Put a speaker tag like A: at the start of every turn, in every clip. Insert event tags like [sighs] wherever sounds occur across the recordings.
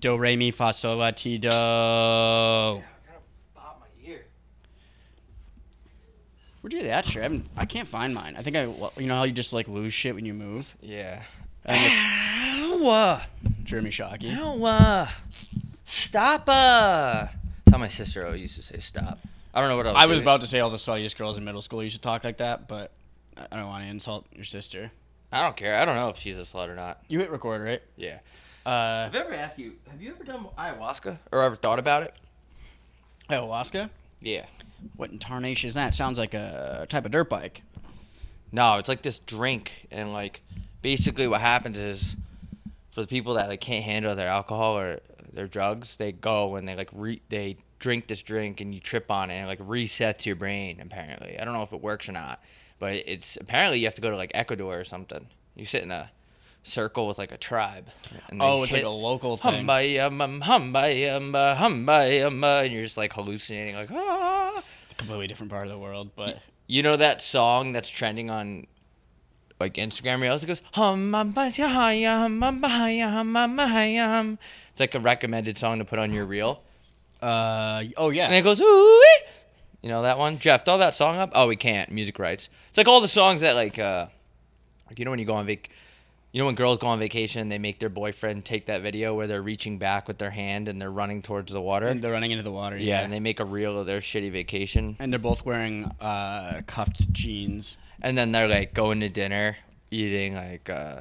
A: do re mi fa sol la ti do. Where'd you get that shirt? I, haven't, I can't find mine. I think I, well, you know how you just like lose shit when you move.
B: Yeah.
A: I think it's
B: Ow! [laughs]
A: Jeremy Shockey.
B: Ow! uh, Stop! Uh. That's how my sister always used to say stop. I don't know what I was.
A: I was
B: doing.
A: about to say all the sluttiest girls in middle school used to talk like that, but I I don't want to insult your sister.
B: I don't care. I don't know if she's a slut or not.
A: You hit record, right?
B: Yeah.
A: Uh,
B: I've ever asked you. Have you ever done ayahuasca or ever thought about it?
A: ayahuasca.
B: Yeah.
A: What in tarnation is that? Sounds like a type of dirt bike.
B: No, it's like this drink, and like basically what happens is for the people that like can't handle their alcohol or their drugs, they go and they like re- they drink this drink, and you trip on it, and it, like resets your brain. Apparently, I don't know if it works or not, but it's apparently you have to go to like Ecuador or something. You sit in a circle with like a tribe. And they
A: Oh, it's like
B: hit- um,
A: a local thing.
B: Humba yum humba yum humba yum, um, uh, and you're just like hallucinating, like ah.
A: Completely different part of the world, but
B: You know that song that's trending on like Instagram reels? It goes hum hum ba, ya, hi, ya, hum hum ba, hi, ya, hum hum ba, hi, ya, hum. It's like a recommended song to put on your reel,
A: uh, oh yeah.
B: and it goes ooh. wee." You know that one, Jeff? Throw that song up. Oh, we can't. Music rights. It's like all the songs that like, uh, like you know when you go on vac, you know when girls go on vacation, they make their boyfriend take that video where they're reaching back with their hand and they're running towards the water.
A: And they're running into the water.
B: yeah, and they make a reel of their shitty vacation.
A: and they're both wearing uh, cuffed jeans.
B: and then they're like going to dinner, eating like uh,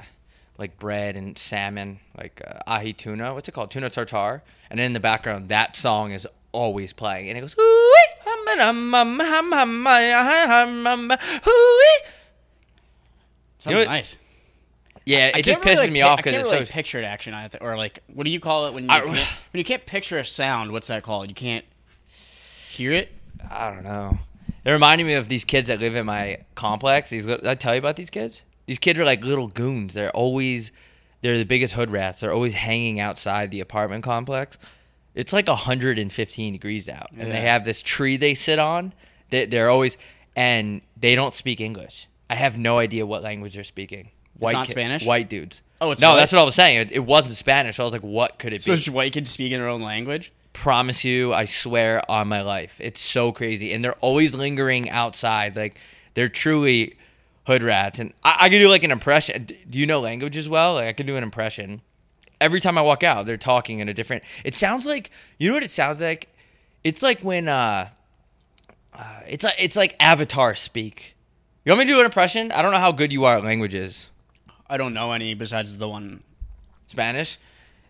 B: like bread and salmon, like uh, ahi tuna. What's it called? Tuna tartare. And then in the background, that song is always playing, and it goes. "Ooh-wee, hum, and hum, hum, hum, hum, ah, ah, hum, hum, ah, ooh-wee."
A: Sounds
B: know what-
A: nice.
B: Yeah, it
A: I
B: just
A: can't
B: pisses
A: really, like,
B: me
A: pi-
B: off
A: I can't
B: because it's
A: really
B: so.
A: picture it action, I th- or like what do you call it when you
B: I-
A: can't,
B: [laughs]
A: when you can't picture a sound? What's that called? You can't hear it.
B: I don't know. It reminded me of these kids that live in my complex. These lit- did I tell you about these kids? These kids are like little goons. They're always they're the biggest hood rats. They're always hanging outside the apartment complex. It's like 115 degrees out, and they
A: Yeah.
B: have this tree they sit on. They, they're always and they don't speak English. I have no idea what language they're speaking. White
A: not
B: ki-
A: Spanish?
B: White dudes.
A: Oh, it's
B: no.
A: white?
B: That's what I was saying. It, it wasn't Spanish. I was like, what could it
A: So
B: be?
A: it's just white kids speaking their own language.
B: promise you, I swear on my life. It's so crazy. And they're always lingering outside. Like they're truly hood rats. And I, I could do like an impression. D- Do you know language as well? Like I could do an impression. Every time I walk out, they're talking in a different it sounds like you know what it sounds like? It's like when uh, uh it's like it's like Avatar speak. You want me to do an impression? I don't know how good you are at languages.
A: I don't know any besides the one.
B: Spanish?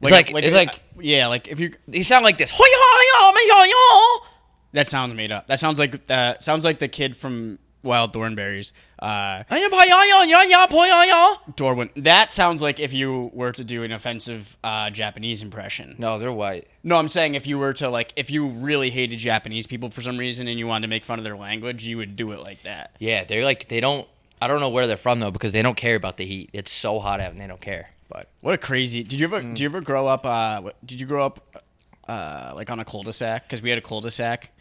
B: It's like, it's like
A: yeah, like if you
B: they sound like this. "Hoy-hoy-hoy-hoy-hoy-hoy."
A: that sounds made up. That sounds like uh, sounds like the kid from Wild Thornberries. Uh,
B: No,
A: Dorwin. That sounds like if you were to do an offensive uh, Japanese impression.
B: they're white.
A: No, I'm saying if you were to like, if you really hated Japanese people for some reason and you wanted to make fun of their language, you would do it like that.
B: Yeah, they're like they don't. I don't know where they're from though, because they don't care about the heat. It's so hot out, and they don't care. But
A: What a crazy! Did you ever?
B: Mm.
A: Did you ever grow up? Uh, what- did you grow up uh, like on a cul-de-sac? Because we had a cul-de-sac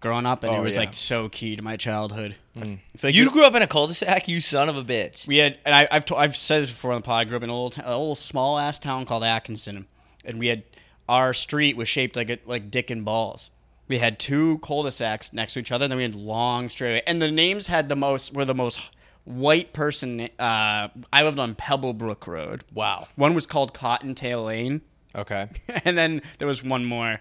A: growing up, and it
B: Oh,
A: was
B: yeah. Mm.
A: like so key to my childhood. I feel like
B: you grew up in a cul-de-sac, you son of a bitch.
A: we had, and I, I've to, I've said this before on the pod. I grew up in a little, t- a little small ass town called Atkinson, and we had our street was shaped like a, like dick and balls. We had two cul-de-sacs next to each other, and then we had long straightaway, and the names had the most were the most white person. Uh, I lived on Pebblebrook Road.
B: Wow.
A: One was called Cottontail Lane, [laughs]
B: Okay.
A: and then there was one more,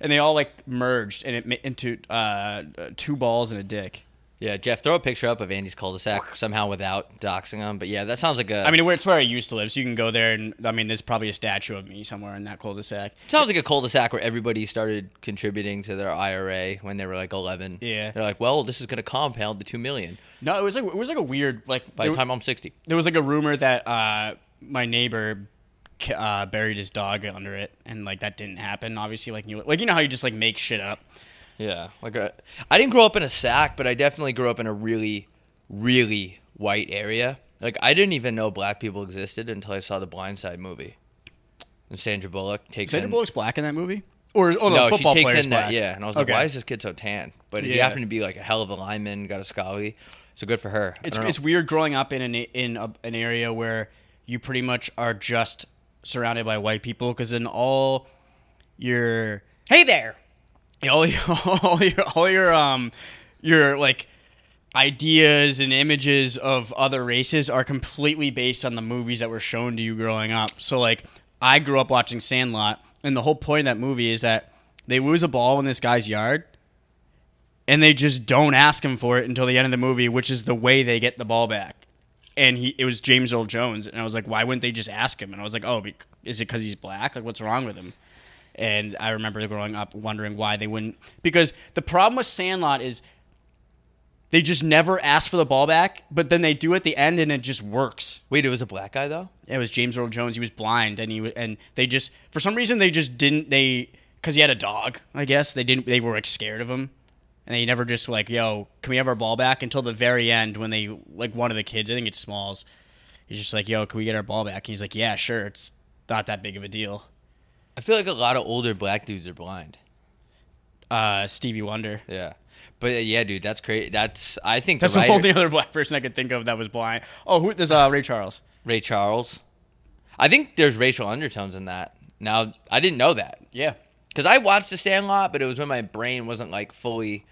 A: and they all like merged and it ma- into uh, uh, two balls and a dick.
B: Yeah, Jeff, throw a picture up of Andy's cul-de-sac somehow without doxing him. But yeah, that sounds like a.
A: I mean, it's where I used to live, so you can go there, and I mean, there's probably a statue of me somewhere in that cul-de-sac.
B: sounds like a cul-de-sac where everybody started contributing to their IRA when they were like 11.
A: Yeah.
B: They're like, well, this is gonna compound to two million
A: No, it was like it was like a weird like.
B: by
A: there,
B: the time I'm 60.
A: there was like a rumor that uh, my neighbor ki- uh, buried his dog under it, and like that didn't happen. Obviously, like you like you know how you just like make shit up.
B: Yeah, like I I didn't grow up in a sack, but I definitely grew up in a really, really white area. Like I didn't even know black people existed until I saw the Blind Side movie. And Sandra Bullock takes
A: Sandra
B: in,
A: Bullock's black in that movie, or oh no,
B: no, she
A: football
B: takes
A: player's
B: in
A: black.
B: that yeah, and I was
A: Okay.
B: like, why is this kid so tan? But he
A: Yeah.
B: happened to be like a hell of a lineman, got a scholarly, so good for her. I
A: It's
B: don't know.
A: it's weird growing up in an in a, an area where you pretty much are just surrounded by white people because in all your
B: Hey there.
A: all your [laughs] all your all your um your like ideas and images of other races are completely based on the movies that were shown to you growing up. So like I grew up watching Sandlot and the whole point of that movie is that they lose a ball in this guy's yard and they just don't ask him for it until the end of the movie, which is the way they get the ball back. And he it was James Earl Jones and I was like, "Why wouldn't they just ask him?" And I was like, "Oh, be- is it cuz he's black? Like what's wrong with him?" And I remember growing up wondering why they wouldn't. Because the problem with Sandlot is they just never ask for the ball back, but then they do at the end and it just works.
B: Wait, it was a black guy though.
A: It was James Earl Jones. He was blind and he wa- and they just for some reason they just didn't they because he had a dog. I guess they didn't. They were like scared of him, and they never just like yo, can we have our ball back until the very end when they like one of the kids. I think it's Smalls. He's just like yo, can we get our ball back? And he's like, yeah, sure. It's not that big of a deal.
B: I feel like a lot of older black dudes are blind.
A: Uh, Stevie Wonder.
B: Yeah, but uh, yeah, dude, that's crazy. That's I think
A: That's
B: the
A: the
B: writer,
A: only other black person I could think of that was blind. Oh, who? There's uh, Ray Charles.
B: Ray Charles. I think there's racial undertones in that. Now I didn't know that
A: Yeah.
B: because I watched The Sandlot, but it was when my brain wasn't like fully.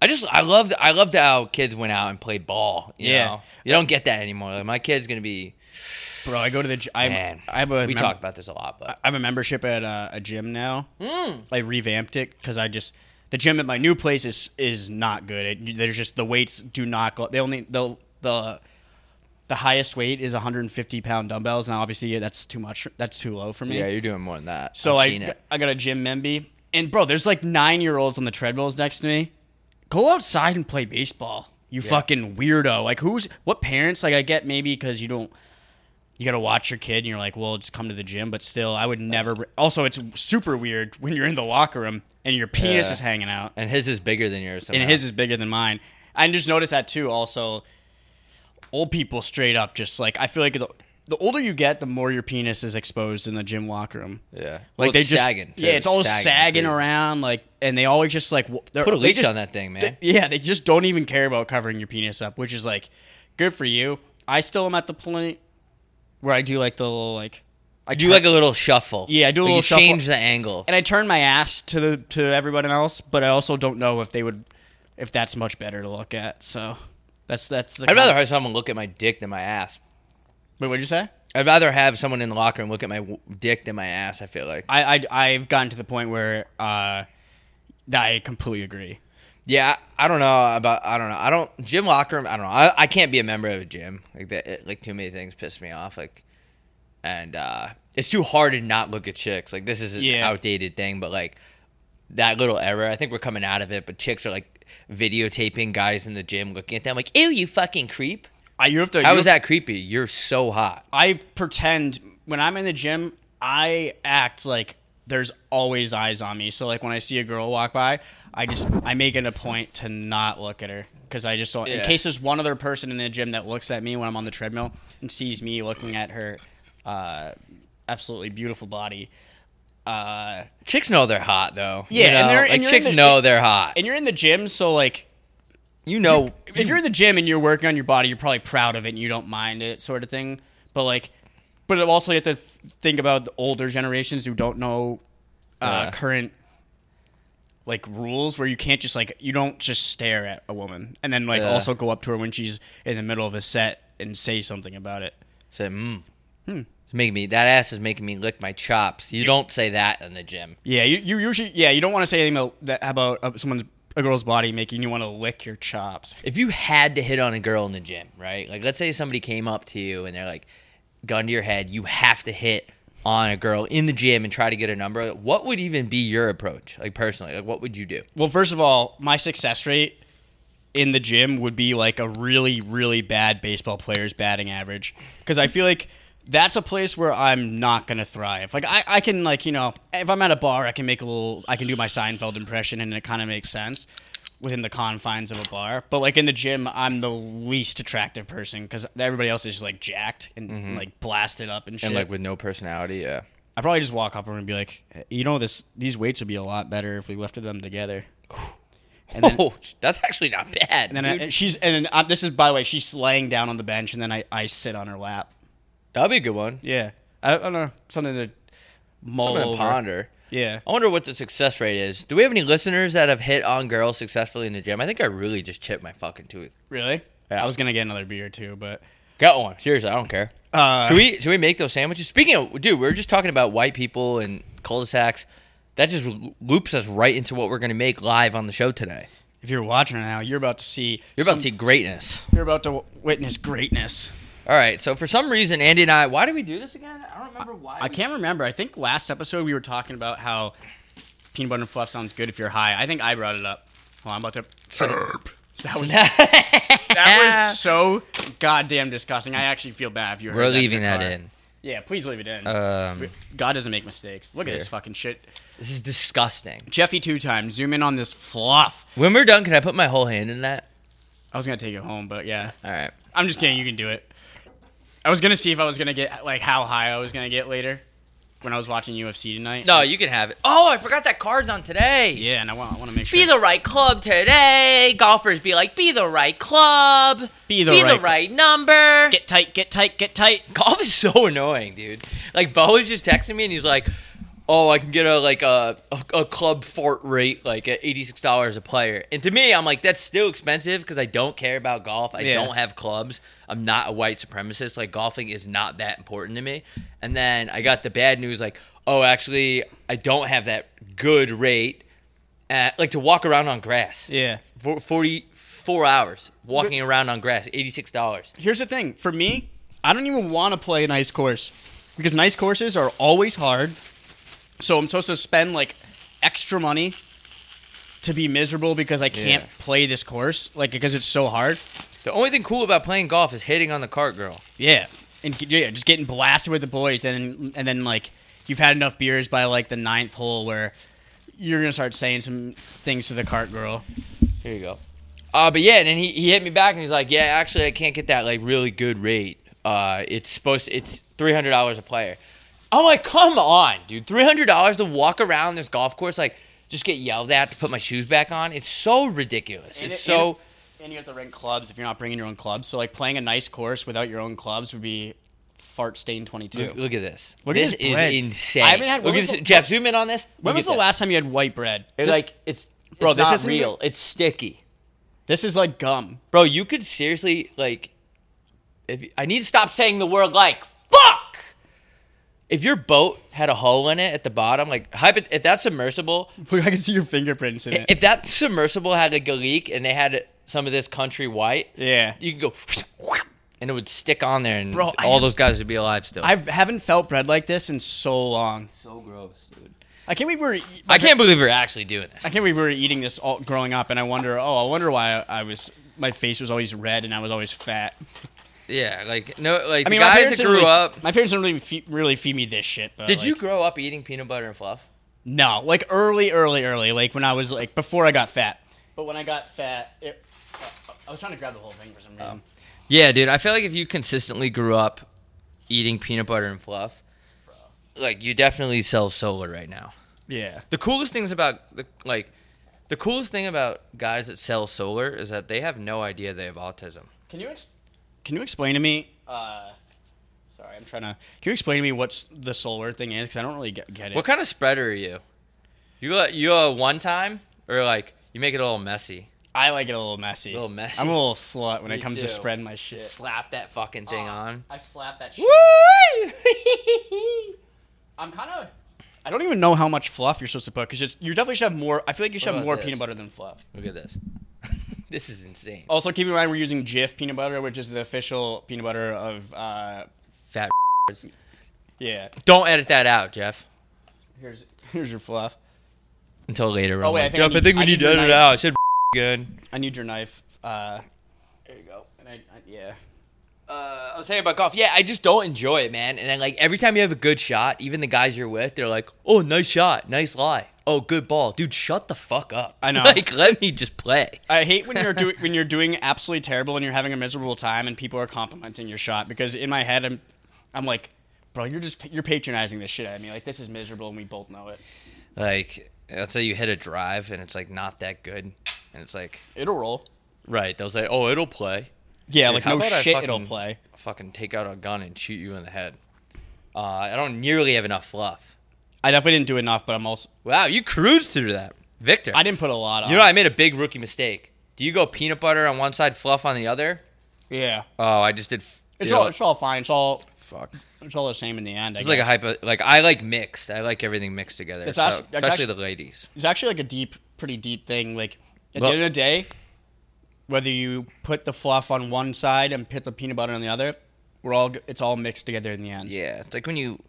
B: I just I loved I loved how kids went out and played ball. You
A: Yeah.
B: know? you don't get that anymore. Like my kid's gonna be
A: Bro, I go to the gym. I
B: man.
A: have a
B: we
A: mem-
B: talked about this a lot, but
A: I have a membership at uh, a gym now. I revamped it because I just the gym at my new place is is not good. It, there's just the weights do not go. They only the the the highest weight is 150 pound dumbbells. Now obviously that's too much. That's too low for me.
B: yeah, you're doing more than that.
A: So
B: I've
A: I
B: seen it.
A: I got a gym memby, and bro, there's like nine year olds on the treadmills next to me. Go outside and play baseball, you fucking weirdo. Like who's what parents? Like I get maybe because you don't. You gotta watch your kid, and you're like, "Well, just come to the gym." But still, I would never. Also, it's super weird when you're in the locker room and your penis
B: Yeah.
A: is hanging out,
B: and his is bigger than yours.
A: and
B: somehow.
A: his is bigger than mine. I just noticed that too. Also, old people straight up just like I feel like the, the older you get, the more your penis is exposed in the gym locker room.
B: yeah,
A: Like
B: Well,
A: they
B: it's
A: just
B: sagging, too.
A: yeah, it's always
B: It's
A: sagging,
B: It's-
A: around like, and they always just like w- they're-
B: Put a
A: they
B: leash
A: just-
B: on that thing, man.
A: they- [laughs] yeah, they just don't even care about covering your penis up, which is like good for you. I still am at the point where I do like the little like I
B: do like a little shuffle.
A: Yeah, I do a
B: Like, you
A: little shuffle.
B: Change the angle.
A: and I turn my ass to the to everyone else, but I also don't know if they would if that's much better to look at. So that's that's the
B: I'd rather have someone look at my dick than my ass.
A: wait. What'd you say?
B: I'd rather have someone in the locker room look at my w- dick than my ass. I feel like.
A: I, I I've gotten to the point where uh, I completely agree.
B: Yeah, I I don't know about. I don't know. I don't gym locker room. I don't know. I, I can't be a member of a gym. Like that. it- Like too many things piss me off. Like, and uh it's too hard to not look at chicks. Like this is an
A: Yeah.
B: outdated thing, but like that little error. I think we're coming out of it. But chicks are like videotaping guys in the gym looking at them like, "Ew, you fucking creep."
A: I you have to.
B: How
A: you
B: is that creepy? You're so hot.
A: I pretend when I'm in the gym, I act like there's always eyes on me. So like when I see a girl walk by, I just I make it a point to not look at her because I just don't. In
B: Yeah.
A: case there's one other person in the gym that looks at me when I'm on the treadmill and sees me looking at her, uh, absolutely beautiful body. Uh,
B: Chicks know they're hot though.
A: Yeah,
B: you know?
A: and they're- and
B: like
A: you're in
B: chicks
A: the-
B: know they're hot.
A: and you're in the gym, so like
B: you know,
A: if you're in the gym and you're working on your body, you're probably proud of it and you don't mind it, sort of thing. But like, but also you have to f- think about the older generations who don't know uh,
B: Yeah.
A: current like rules where you can't just like you don't just stare at a woman and then like
B: Yeah.
A: also go up to her when she's in the middle of a set and say something about it.
B: say, mm. It's making me that ass is making me lick my chops. You don't say that in the gym.
A: Yeah, you, you usually yeah you don't want to say anything about, that, about uh, someone's a girl's body making you want to lick your chops.
B: If you had to hit on a girl in the gym, right? Like let's say somebody came up to you and they're like, gun to your head, you have to hit on a girl in the gym and try to get a number. What would even be your approach? Like personally, like what would you do?
A: Well, first of all, my success rate in the gym would be like a really, really bad baseball player's batting average because I feel like that's a place where I'm not gonna thrive. Like I, I can like you know if I'm at a bar, I can make a little, I can do my Seinfeld impression, and it kind of makes sense within the confines of a bar. But like in the gym, I'm the least attractive person because everybody else is like jacked and like blasted up and shit.
B: And like with no personality, yeah.
A: I probably just walk up to her and be like, you know, this these weights would be a lot better if we lifted them together. And then,
B: [laughs] oh, that's actually not bad.
A: and then I,
B: dude.
A: and she's and then uh, this is by the way she's laying down on the bench and then I, I sit on her lap.
B: That'd be a good one.
A: Yeah. I, I don't know. Something to mull
B: Something to
A: over.
B: ponder.
A: Yeah.
B: I wonder what the success rate is. Do we have any listeners that have hit on girls successfully in the gym? I think I really just chipped my fucking tooth.
A: Really?
B: Yeah.
A: I was gonna get another beer too, but
B: Got one. Seriously, I don't care.
A: uh,
B: should we should we make those sandwiches? Speaking of, dude, we were just talking about white people and cul-de-sacs. That just lo- loops us right into what we're going to make live on the show today.
A: if you're watching right now, you're about to see.
B: You're about
A: some-
B: to see greatness.
A: You're about to w- witness greatness.
B: All right. So for some reason, Andy and I, why did we do this again? I don't remember why.
A: I
B: we-
A: can't remember. I think last episode we were talking about how peanut butter and fluff sounds good if you're high. I think I brought it up. Well, I'm about to. That
B: [laughs]
A: was that was so goddamn disgusting. I actually feel bad if you. Heard
B: we're
A: that
B: leaving
A: in your
B: that
A: car.
B: in.
A: Yeah, please leave it in.
B: Um,
A: God doesn't make mistakes. Look at
B: here.
A: this fucking shit.
B: this is disgusting.
A: Jeffy two times. Zoom in on this fluff.
B: When we're done, can I put my whole hand in that?
A: I was gonna take it home, but yeah,
B: All right.
A: I'm just kidding. You can do it. I was gonna see if I was gonna get like how high I was gonna get later when I was watching UFC tonight.
B: No, you can have it. Oh, I forgot that card's on today.
A: Yeah, and I want I want to make sure.
B: Be the right club today. Golfers be like, be the right club.
A: Be the
B: be the
A: right-
B: right number.
A: get tight, get tight, get tight.
B: Golf is so annoying, dude. Like Bo was just texting me and he's like, "Oh, I can get a like a a, a club fart rate like at eighty six dollars a player." And to me, I'm like, that's still expensive because I don't care about golf. I
A: Yeah.
B: don't have clubs. I'm not a white supremacist. Like golfing is not that important to me. And then I got the bad news, like, oh, actually, I don't have that good rate. At, like to walk around on grass.
A: Yeah.
B: For, 44 hours walking around on grass, $86.
A: Here's the thing. For me, I don't even want to play an ice course because nice courses are always hard. So I'm supposed to spend like extra money to be miserable because I can't
B: Yeah.
A: play this course, like because it's so hard.
B: The only thing cool about playing golf is hitting on the cart girl.
A: Yeah, and g- yeah, just getting blasted with the boys, and and then like you've had enough beers by like the ninth hole where you're gonna start saying some things to the cart girl.
B: Here you go. Uh, but yeah, and then he, he hit me back and he's like, yeah, actually, I can't get that like really good rate. Uh, it's supposed to, it's three hundred dollars a player. I'm like, come on, dude, three hundred dollars to walk around this golf course, like just get yelled at to put my shoes back on. It's so ridiculous.
A: And
B: it's
A: it- and-
B: so
A: and you have to rent clubs if you're not bringing your own clubs. So like playing a nice course without your own clubs would be fart stain twenty two.
B: look, look at this.
A: Look at
B: this
A: this bread.
B: is insane.
A: I haven't had- when
B: look at
A: was
B: this.
A: the-
B: Jeff, zoom in on this.
A: When
B: Look
A: was
B: at
A: the
B: this.
A: last time you had white bread?
B: It,
A: this,
B: like it's
A: Bro,
B: it's
A: this
B: not
A: isn't
B: real.
A: even-
B: It's sticky.
A: this is like gum. [laughs]
B: Bro, you could seriously like if you- I need to stop saying the word like fuck. If your boat had a hole in it at the bottom, like hypo- if that submersible,
A: Look, I can see your fingerprints in it.
B: if that submersible had like a leak and they had some of this country white,
A: yeah,
B: you could go and it would stick on there and
A: Bro, I
B: all
A: have-
B: those guys would be alive still.
A: I haven't felt bread like this in so long.
B: so gross, dude.
A: I can't believe we were.
B: I can't believe we're actually doing this.
A: I can't believe we were eating this all growing up, and I wonder. Oh, I wonder why I, I was. My face was always red, and I was always fat.
B: Yeah, like no, like
A: I mean,
B: the
A: my
B: guys
A: parents
B: that
A: didn't
B: grew
A: really-
B: up.
A: My parents didn't really feed, really feed me this shit. But
B: Did
A: like-
B: you grow up eating peanut butter and fluff?
A: No, like early, early, early. Like when I was like before I got fat. But when I got fat, it, uh, I was trying to grab the whole thing for some reason.
B: Yeah, dude. I feel like if you consistently grew up eating peanut butter and fluff, like you definitely sell solar right now.
A: yeah.
B: The coolest things about the like, the coolest thing about guys that sell solar is that they have no idea they have autism.
A: Can you ex- can you explain to me? Uh, sorry, I'm trying to. Can you explain to me what's the solar thing is? Because I don't really get, get it.
B: What kind of spreader are you? You a- you a one time or like you make it a little messy?
A: I like it a little messy.
B: Little messy.
A: I'm a little slut when it comes
B: too.
A: to spreading my shit.
B: Slap that fucking thing on.
A: I slap that shit.
B: Woo!
A: [laughs] I'm kind of. I don't even know how much fluff you're supposed to put because you definitely should have more. I feel like you should
B: What
A: have
B: about
A: more
B: this?
A: peanut butter than fluff.
B: Look at this. [laughs] this is insane.
A: Also, keep in mind we're using Jif peanut butter, which is the official peanut butter of. Uh,
B: Fat.
A: [laughs] yeah.
B: Don't edit that out, Jeff.
A: Here's here's your fluff.
B: until later.
A: Oh,
B: I'm
A: wait, I
B: like,
A: think I
B: Jeff, I
A: need-
B: think we
A: I
B: need
A: need
B: to
A: your
B: edit it
A: knife."
B: out. I said again.
A: I need your knife. Uh, there you go. And I, I yeah.
B: Uh, I was saying about golf. Yeah, I just don't enjoy it, man. And then, like, every time you have a good shot, even the guys you're with, they're like, oh, nice shot. Nice lie. Oh, good ball. Dude, shut the fuck up. [laughs]
A: I know.
B: Like, let me just play.
A: I hate when you're doing when you're doing absolutely terrible and you're having a miserable time and people are complimenting your shot because in my head I'm I'm like, bro, you're just you're patronizing this shit out of me. Like this is miserable and we both know it.
B: Like, let's say you hit a drive and it's, like, not that good. And it's like,
A: It'll roll.
B: right. They'll say, oh, it'll play.
A: Yeah,
B: Dude,
A: like
B: how
A: no
B: about I
A: shit
B: fucking-
A: it'll play.
B: Fucking take out a gun and shoot you in the head. Uh, I don't nearly have enough fluff.
A: I definitely didn't do enough, but I'm also
B: Wow, you cruised through that, Victor.
A: I didn't put a lot on.
B: You know, I made a big rookie mistake. Do you go peanut butter on one side, fluff on the other?
A: yeah.
B: Oh, I just did. f-
A: It's
B: you know,
A: all it's all fine. It's all
B: fuck.
A: it's all the same in the end. I
B: It's
A: guess.
B: like a hypo. Like I like mixed. I like everything mixed together.
A: It's
B: so-
A: actu- it's
B: especially
A: actu-
B: the ladies.
A: it's actually like a deep, pretty deep thing. Like at
B: Well-
A: the end of the day, whether you put the fluff on one side and put the peanut butter on the other, we're all g- it's all mixed together in the end.
B: Yeah, it's like when you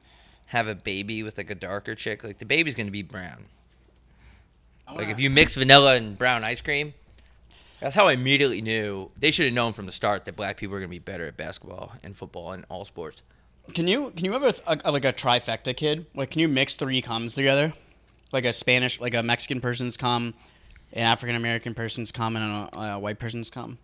B: have a baby with like a darker chick. Like the baby's gonna be brown. Like if you mix vanilla and brown ice cream, that's how I immediately knew. They should have known from the start that black people were gonna be better at basketball and football and all sports.
A: Can you can you ever th- uh, like a trifecta kid? Like can you mix three comes together? Like a Spanish, like a Mexican person's cum, an African American person's cum, and a, a white person's cum,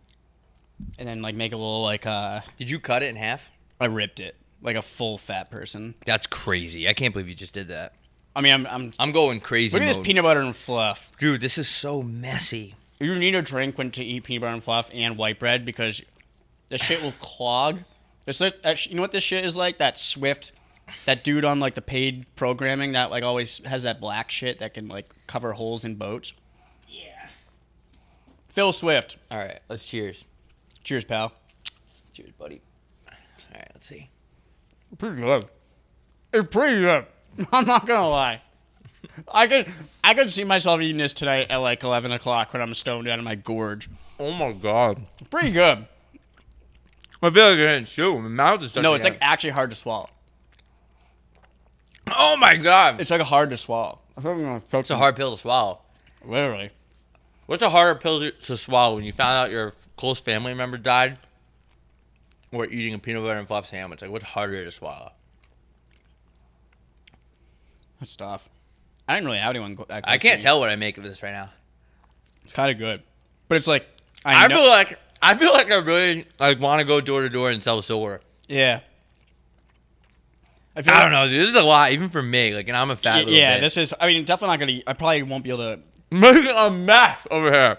A: and then like make a little like uh,
B: Did you cut it in half?
A: I ripped it like a full fat person.
B: That's crazy. I can't believe you just did that.
A: I mean, I'm, I'm
B: I'm going crazy.
A: look at this
B: mode.
A: peanut butter and fluff.
B: Dude, this is so messy.
A: You need a drink when to eat peanut butter and fluff and white bread because the shit will clog. It's like, that sh- you know what this shit is like? That Swift, that dude on like the paid programming that like always has that black shit that can like cover holes in boats. Yeah. Phil Swift.
B: All right, let's cheers.
A: Cheers, pal.
B: Cheers, buddy. All right, let's see.
A: Pretty good. It's pretty good. uh, [laughs] I'm not gonna lie. I could I could see myself eating this tonight at like eleven o'clock when I'm stoned out of my gorge.
B: Oh my god.
A: Pretty good.
B: I feel like I didn't shoot. My mouth is
A: No, it's like actually hard to swallow.
B: Oh my god. It's
A: It's like hard to swallow. It's
B: a hard pill to swallow.
A: Literally.
B: What's a harder pill to- to swallow when you found out your f- close family member died or eating a peanut butter and fluff sandwich? Like, what's harder to swallow?
A: That's tough. I didn't really have anyone go- that close
B: I
A: to
B: can't
A: me.
B: tell what I make of this right now.
A: It's kind of good. But it's like, I,
B: I
A: know.
B: feel like I feel like I really like want to go door to door and sell silver.
A: yeah. feel
B: I
A: like-
B: don't know, dude. This is a lot, even for me. Like, and I'm a fat
A: Y-
B: little
A: Yeah,
B: bitch.
A: this is, I mean, definitely not going to, I probably won't be able to,
B: [laughs] making a mess over here.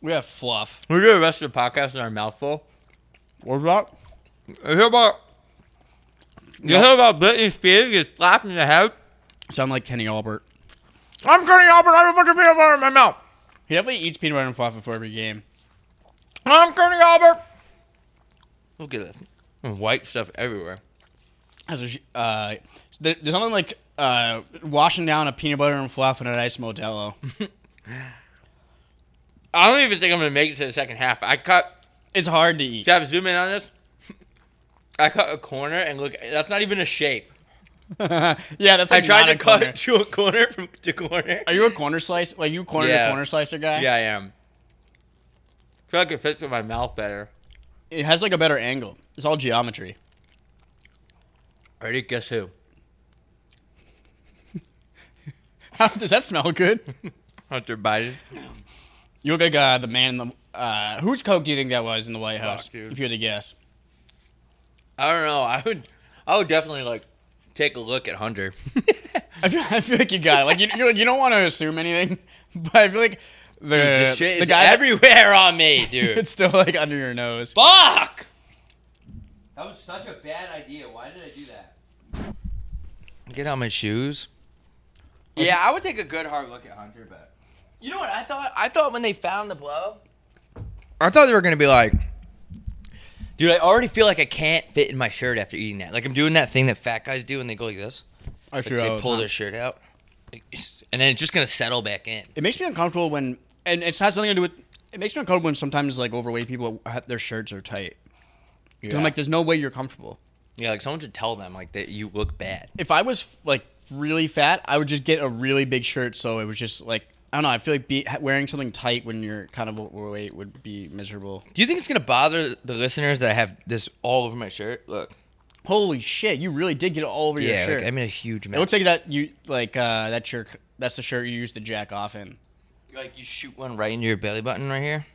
A: we have fluff.
B: We do the rest of the podcast in our mouthful.
A: What's that?
B: You hear about you hear about Britney Spears gets slapped in the head?
A: Sound like Kenny Albert.
B: I'm Kenny Albert. I have a bunch of peanut butter in my mouth.
A: He definitely eats peanut butter and fluff before every game.
B: I'm Kenny Albert. Look at this. And white stuff everywhere.
A: As a sh- uh, there- there's something like uh, washing down a peanut butter and fluff in an ice
B: [laughs]
A: Modelo.
B: I don't even think I'm gonna make it to the second half. I cut.
A: it's hard to eat.
B: Jeff, zoom in on this. I cut a corner and look. That's not even a shape.
A: [laughs] Yeah, that's
B: I
A: like
B: tried
A: not
B: to
A: a
B: cut
A: corner.
B: [laughs] to a corner from to corner.
A: Are you a corner slice? Like you corner
B: Yeah.
A: to corner slicer guy?
B: Yeah, I am. I feel like it fits with my mouth better.
A: It has like a better angle. It's all geometry. [laughs]
B: Already guess who?
A: How does that smell good?
B: Hunter Biden.
A: You look like uh, the man in the. Uh, whose coke do you think that was in the White House?
B: dude.
A: If you had to guess,
B: I don't know. I would. I would definitely like take a look at Hunter. [laughs]
A: Uh, I feel, I feel like you got it. Like you, you're like you don't want to assume anything, [laughs] but I feel like the
B: the shit
A: the
B: is
A: guy that-
B: everywhere on me, dude.
A: [laughs] it's still like under your nose.
B: Fuck. That was such a bad idea. Why did I do that? Get out my shoes. Yeah, I would take a good hard look at Hunter, but you know what? I thought. I thought when they found the blow, I thought they were gonna be like. Dude, I already feel like I can't fit in my shirt after eating that. Like I'm doing that thing that fat guys do when they go like this.
A: I
B: Like, they pull their shirt out, like, and then it's just gonna settle back in.
A: It makes me uncomfortable when, and it's has something to do with. It makes me uncomfortable when sometimes like overweight people have, their shirts are tight. 'Cause
B: Yeah.
A: I'm like, there's no way you're comfortable.
B: Yeah, like someone should tell them like that you look bad.
A: if I was like really fat, I would just get a really big shirt. So it was just like I don't know. I feel like be, wearing something tight when you're kind of overweight would be miserable.
B: Do you think it's gonna bother the listeners that I have this all over my shirt? Look,
A: Holy shit! You really did get it all over your
B: yeah,
A: shirt.
B: like, I'm in a huge
A: it
B: mess.
A: looks like that you like uh, that shirt. That's the shirt you used to jack off in.
B: like you shoot one right into your belly button right here.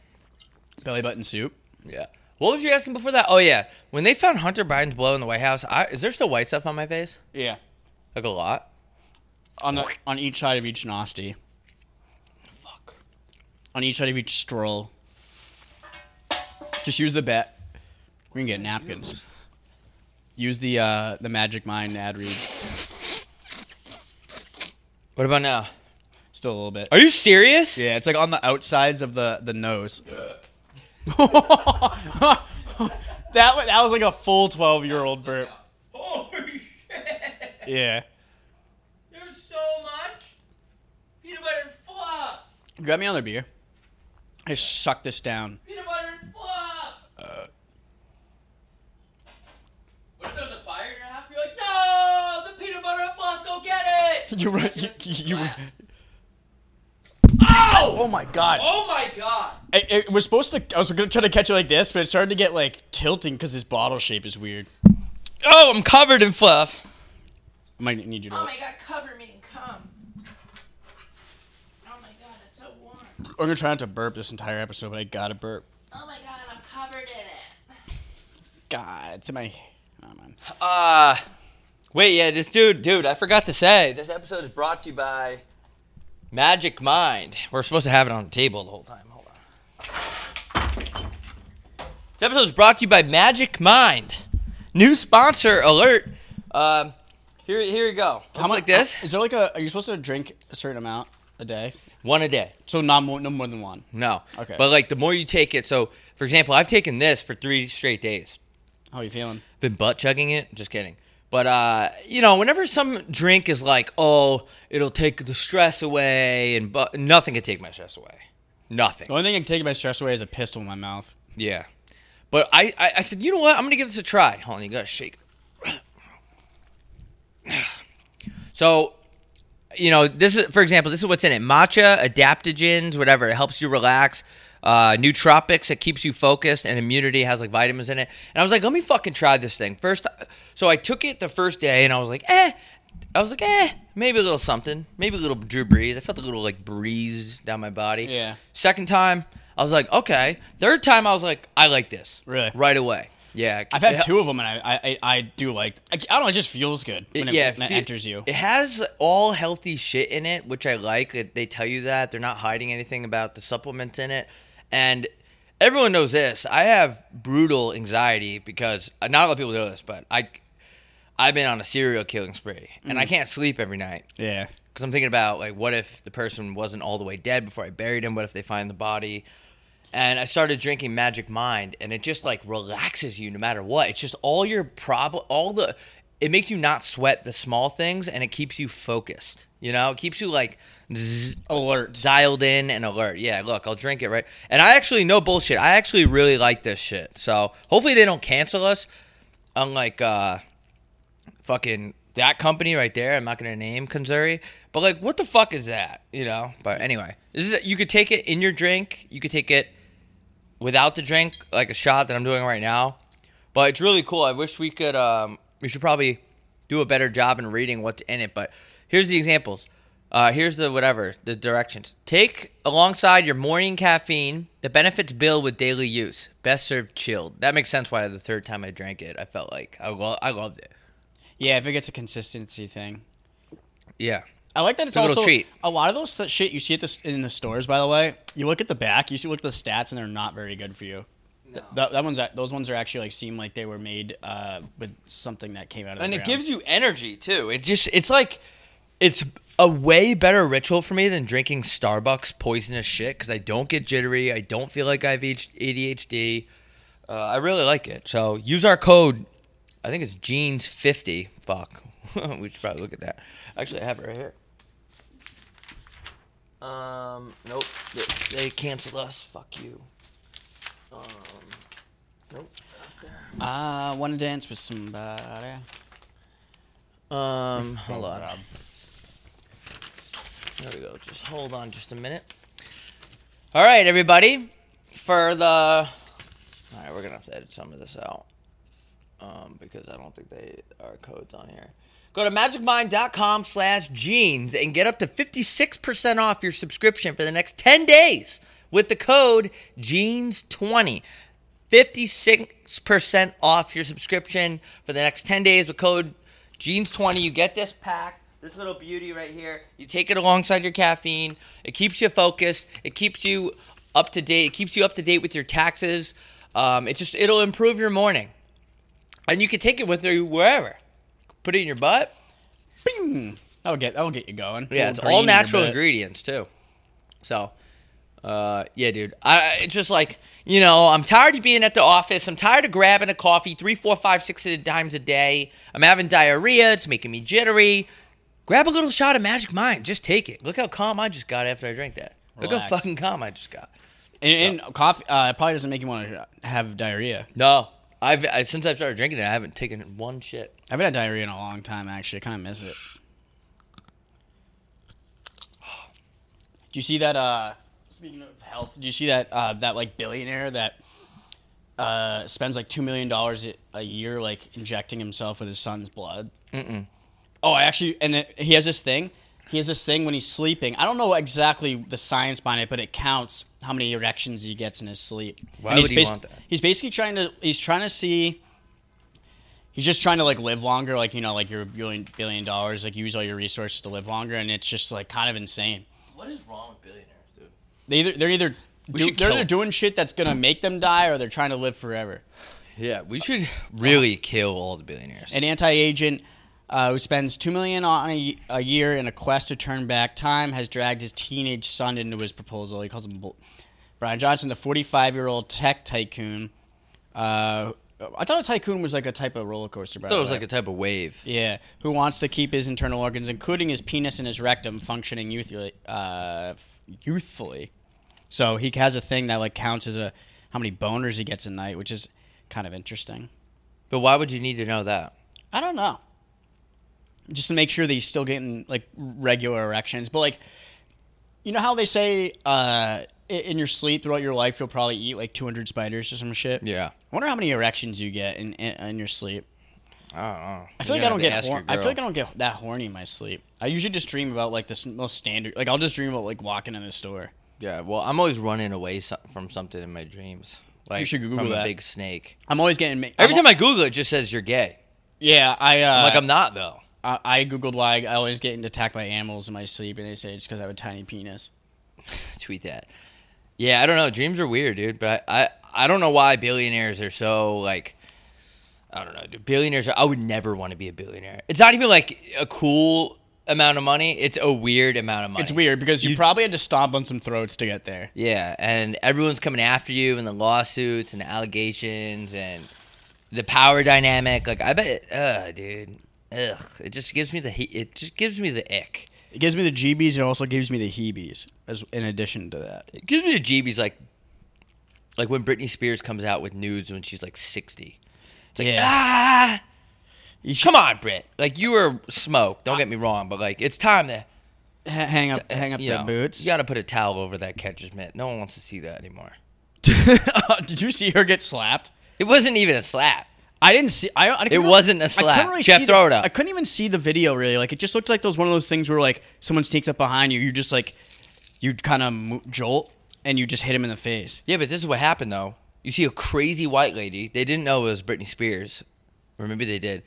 A: Belly button soup.
B: Yeah. What was you asking before that? Oh yeah, when they found Hunter Biden's blow in the White House, I, is there still white stuff on my face?
A: Yeah.
B: Like a lot.
A: On the on each side of each nasty.
B: Fuck.
A: On each side of each stroll. Just use the bat. We can get napkins. Use the uh, the Magic Mind ad read.
B: What about now?
A: Still a little bit.
B: Are you serious?
A: Yeah, it's like on the outsides of the the [laughs] nose. that wa- that was like a full twelve year old burp.
B: [laughs] Holy shit!
A: Yeah.
B: There's so much peanut butter and fluff.
A: Grab me another beer. I suck this down.
B: Peanut butter and fluff. What if there was a fire in your house? You're like, no, the peanut butter and fluff. Go get it.
A: [laughs] You run. You. you, you
B: Oh!
A: oh my god.
B: [laughs] Oh my god.
A: It, it was supposed to. I was gonna try to catch it like this, but it started to get like tilting because his bottle shape is weird.
B: Oh, I'm covered in fluff.
A: I might need you to.
C: Oh my god, cover me and come. Oh my god, it's so warm.
A: I'm gonna try not to burp this entire episode, but I gotta burp.
C: Oh my god, I'm covered in it.
A: God, it's in my. Oh, man.
B: Uh, wait, yeah, this dude, dude, I forgot to say, this episode is brought to you by Magic Mind. We're supposed to have it on the table the whole time. Hold on. This episode is brought to you by Magic Mind. New sponsor alert. Um, here, here you go. How much like this?
A: Is there like a? Are you supposed to drink a certain amount a day?
B: One a day.
A: So not more, no more than one.
B: No.
A: Okay.
B: But like the more you take it, so for example, I've taken this for three straight days.
A: How are you feeling?
B: been butt chugging it. Just kidding. But uh, you know, whenever some drink is like, oh, it'll take the stress away, and but nothing can take my stress away.
A: The
B: Nothing.
A: only thing I can take my stress away is a pistol in my mouth.
B: Yeah. But I, I, I said, you know what? I'm gonna give this a try. Hold on, you gotta shake. [sighs] So, you know, this is for example, this is what's in it: matcha, adaptogens, whatever. It helps you relax. Uh, nootropics, it keeps you focused, and immunity has like vitamins in it. And I was like, let me fucking try this thing first. So I took it the first day, and I was like, eh. I was like, eh, maybe a little something, maybe a little Drew Brees. I felt a little like breeze down my body.
A: Yeah.
B: Second time, I was like, okay. Third time, I was like, I like this.
A: Really?
B: Right away. Yeah.
A: I've had two of them, and I I, I, I do like. I, I don't know. It just feels good when it, when it
B: fe-
A: enters you.
B: It has all healthy shit in it, which I like. It- They tell you that they're not hiding anything about the supplements in it, and everyone knows this. I have brutal anxiety because not a lot of people know this, but I, I've been on a serial killing spree, and
A: Mm.
B: I can't sleep every night
A: yeah.
B: because I'm thinking about like, what if the person wasn't all the way dead before I buried him? What if they find the body? And I started drinking Magic Mind, and it just like relaxes you no matter what. It's just all your problem, all the. It makes you not sweat the small things, and it keeps you focused. You know, it keeps you like zzz,
A: Alert.
B: dialed in and alert. Yeah, look, I'll drink it right. And I actually no bullshit. I actually really like this shit. So hopefully they don't cancel us. Unlike uh, fucking that company right there. I'm not gonna name Kanzuri, but like, what the fuck is that? You know. But anyway, this is you could take it in your drink. You could take it without the drink, like a shot that I'm doing right now. But it's really cool. I wish we could. Um, we should probably do a better job in reading what's in it. But here's the examples. Uh, here's the whatever the directions. Take alongside your morning caffeine. The benefits build with daily use. Best served chilled. That makes sense. Why the third time I drank it, I felt like I lo- I loved it.
A: Yeah, if it gets a consistency thing.
B: Yeah.
A: I like that it's
B: a little
A: also
B: treat.
A: a lot of those shit you see at the, in the stores. By the way, you look at the back, you should look at the stats, and they're not very good for you. Th- that, that one's act- those ones are actually like seem like they were made uh, with something that came out of the
B: and it
A: ground.
B: gives you energy too. It just it's like it's a way better ritual for me than drinking Starbucks poisonous shit because I don't get jittery. I don't feel like I've H- ADHD. Uh, I really like it. So use our code. I think it's jeans fifty. Fuck. [laughs] we should probably look at that. Actually, I have it right here. Um. Nope. They, they canceled us. Fuck you. Um. Nope.
A: I wanna dance with somebody.
B: Um. Hold on.
A: Rob.
B: There we go. Just hold on just a minute. All right, everybody. For the. All right, we're going to have to edit some of this out um, because I don't think they are codes on here. Go to magicmind.com slash jeans and get up to 56% off your subscription for the next 10 days with the code jeans20. 56% off your subscription for the next 10 days with code jeans20. You get this pack, this little beauty right here. You take it alongside your caffeine. It keeps you focused. It keeps you up to date. It keeps you up to date with your taxes. Um, it just it'll improve your morning. and you could take it with you wherever. Put it in your butt.
A: Bing! Hmm. That'll get that'll get you going.
B: Yeah,
A: Little
B: it's
A: green
B: all
A: in your
B: natural
A: bit.
B: ingredients too. So, uh, yeah, dude. I it's just like you know, I'm tired of being at the office. I'm tired of grabbing a coffee three, four, five, six times a day. I'm having diarrhea. It's making me jittery. Grab a little shot of Magic Mind. Just take it. Look how calm I just got after I drank that. Look how
A: Relax.
B: fucking calm I just got.
A: And, and coffee uh, it probably doesn't make you want to have diarrhea.
B: No, I've I, since I've started drinking it, I haven't taken one shit.
A: I haven't had diarrhea in a long time. Actually, I kind of miss it. Do you see that? uh Speaking of health, do you see that uh that like billionaire that uh spends like two million dollars a year like injecting himself with his son's blood? Mm-mm. Oh, I actually, and then he has this thing. He has this thing when he's sleeping. I don't know exactly the science behind it, but it counts how many erections he gets in his sleep.
B: Why
A: And he's
B: would he
A: basi-
B: want that?
A: He's basically trying to. He's trying to see he's just trying to like live longer like you know like you're a billion, billion dollars like use all your resources to live longer and it's just like kind of insane
B: What is wrong with billionaires, dude?
A: they either, they're either do,
B: should
A: they're
B: kill
A: either
B: him.
A: doing shit that's gonna make them die or they're trying to live forever
B: Yeah, we should really kill all the billionaires.
A: an anti-agent uh, who spends two million on a, a year in a quest to turn back time has dragged his teenage son into his proposal. He calls him bull- Brian Johnson, the 45-year-old tech tycoon. Uh, I thought a tycoon was like a type of roller coaster. By
B: I thought it
A: the
B: was
A: way.
B: like a type of wave.
A: Yeah, who wants to keep his internal organs, including his penis and his rectum, functioning youthfully? Uh, f- youthfully. So he has a thing that like counts as a how many boners he gets a night, which is kind of interesting.
B: But why would you need to know that?
A: I don't know. Just to make sure that he's still getting like regular erections, but like, you know how they say uh, i- in your sleep throughout your life you'll probably eat like 200 spiders or some shit.
B: Yeah.
A: I wonder how many erections you get in in, in your sleep.
B: I don't know.
A: I feel like I don't get. Hor- I feel like I don't get that horny in my sleep. I usually just dream about like the s- most standard. Like I'll just dream about like walking in the store.
B: Yeah, well, I'm always running away so- from something in my dreams. Like
A: should Google
B: from a
A: that.
B: big snake.
A: I'm always getting. Ma-
B: Every
A: I'm,
B: time I Google it, it just says you're gay.
A: yeah, I uh,
B: I'm like I'm not though.
A: I, I googled why I always get attacked by animals in my sleep, and they say it's because I have a tiny penis.
B: Tweet that. Yeah, I don't know. Dreams are weird, dude. But I, I, I don't know why billionaires are so like. I don't know. Dude. Billionaires. Are, I would never want to be a billionaire. It's not even like a cool amount of money. It's a weird amount of money.
A: It's weird because you, probably had to stomp on some throats to get there.
B: Yeah, and everyone's coming after you, and the lawsuits and the allegations and the power dynamic. Like, I bet, ugh, dude, ugh, it just gives me the he- it just gives me the ick.
A: It gives me the GBs. It also gives me the heebies. As in addition to that,
B: It gives me the jeebies, like, like when Britney Spears comes out with nudes when she's like sixty. It's like, ah, come on, Brit. Like, you were smoke. Don't get me wrong, but like, it's time to
A: H- hang up, hang up
B: you
A: the
B: know,
A: boots.
B: You got to put a towel over that catcher's mitt. No one wants to see that anymore.
A: [laughs] Did you see her get slapped?
B: It wasn't even a slap.
A: I didn't see. I, I couldn't
B: It
A: really-
B: wasn't a
A: I couldn't
B: slap.
A: really
B: Jeff,
A: see
B: throw
A: the,
B: it up.
A: I couldn't even see the video really. Like it just looked like those one of those things where like someone sneaks up behind you, you just like you kind of mo- jolt and you just hit him in the face.
B: Yeah, but this is what happened though. You see a crazy white lady. They didn't know it was Britney Spears, or maybe they did.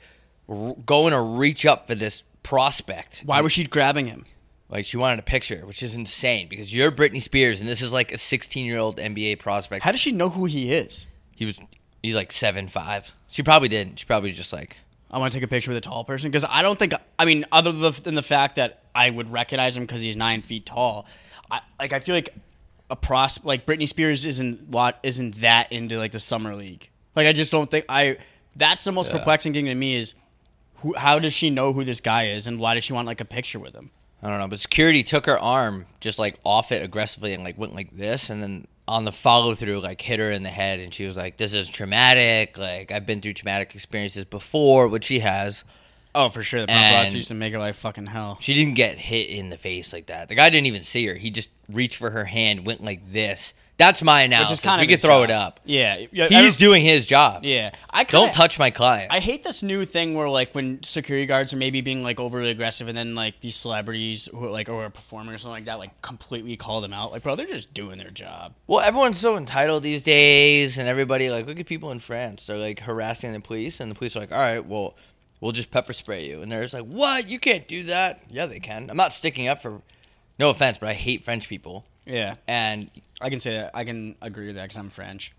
B: R- going to reach up for this prospect.
A: Why was she grabbing him?
B: Like she wanted a picture, which is insane because you're Britney Spears, and this is like a 16 year old NBA prospect.
A: How does she know who he is?
B: he was he's like seven five. She probably didn't. She probably was just like
A: I want to take a picture with a tall person because I don't think I mean other th- than the fact that I would recognize him because he's nine feet tall. I like I feel like a pros like Britney Spears isn't what isn't that into like the summer league. Like I just don't think I. That's the most perplexing thing to me is who, how does she know who this guy is and why does she want like a picture with him?
B: I don't know. But security took her arm just like off it aggressively and like went like this, and then on the follow through like hit her in the head, and she was like, "This is traumatic. Like I've been through traumatic experiences before," which she has.
A: Oh, for sure, the
B: And-
A: paparazzi used to make her like fucking hell.
B: She didn't get hit in the face like that. The guy didn't even see her. He just reached for her hand, went like this. That's my analysis.
A: kinda
B: we could
A: his
B: throw
A: job.
B: it up.
A: Yeah, yeah, I
B: He's
A: don't-
B: doing his job.
A: Yeah, I kinda,
B: Don't touch my client.
A: I hate this new thing where like when security guards are maybe being like overly aggressive, and then like these celebrities who are, like or a performer or something like that like completely call them out. Like, bro, they're just doing their job.
B: well, everyone's so entitled these days, and everybody like look at people in France. They're like harassing the police, and the police are like, "All right, well, we'll just pepper spray you." And they're just like, "What? You can't do that." Yeah, they can. I'm not sticking up for. No offense, but I hate French people,
A: Yeah,
B: and
A: I can say that. I can agree with that because I'm French.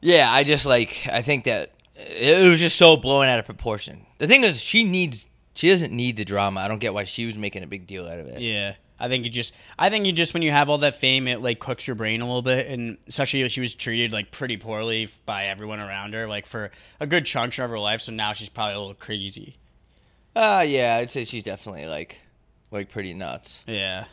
B: Yeah, I just like I think that it was just so blown out of proportion. The thing is, she needs. She doesn't need the drama. I don't get why she was making a big deal out of it.
A: Yeah. I think you just, I think you just, when you have all that fame, it like cooks your brain a little bit. And especially if she was treated like pretty poorly f- by everyone around her, like for a good chunk of her life. So now she's probably a little crazy.
B: Uh, yeah, I'd say she's definitely like, like pretty nuts.
A: Yeah.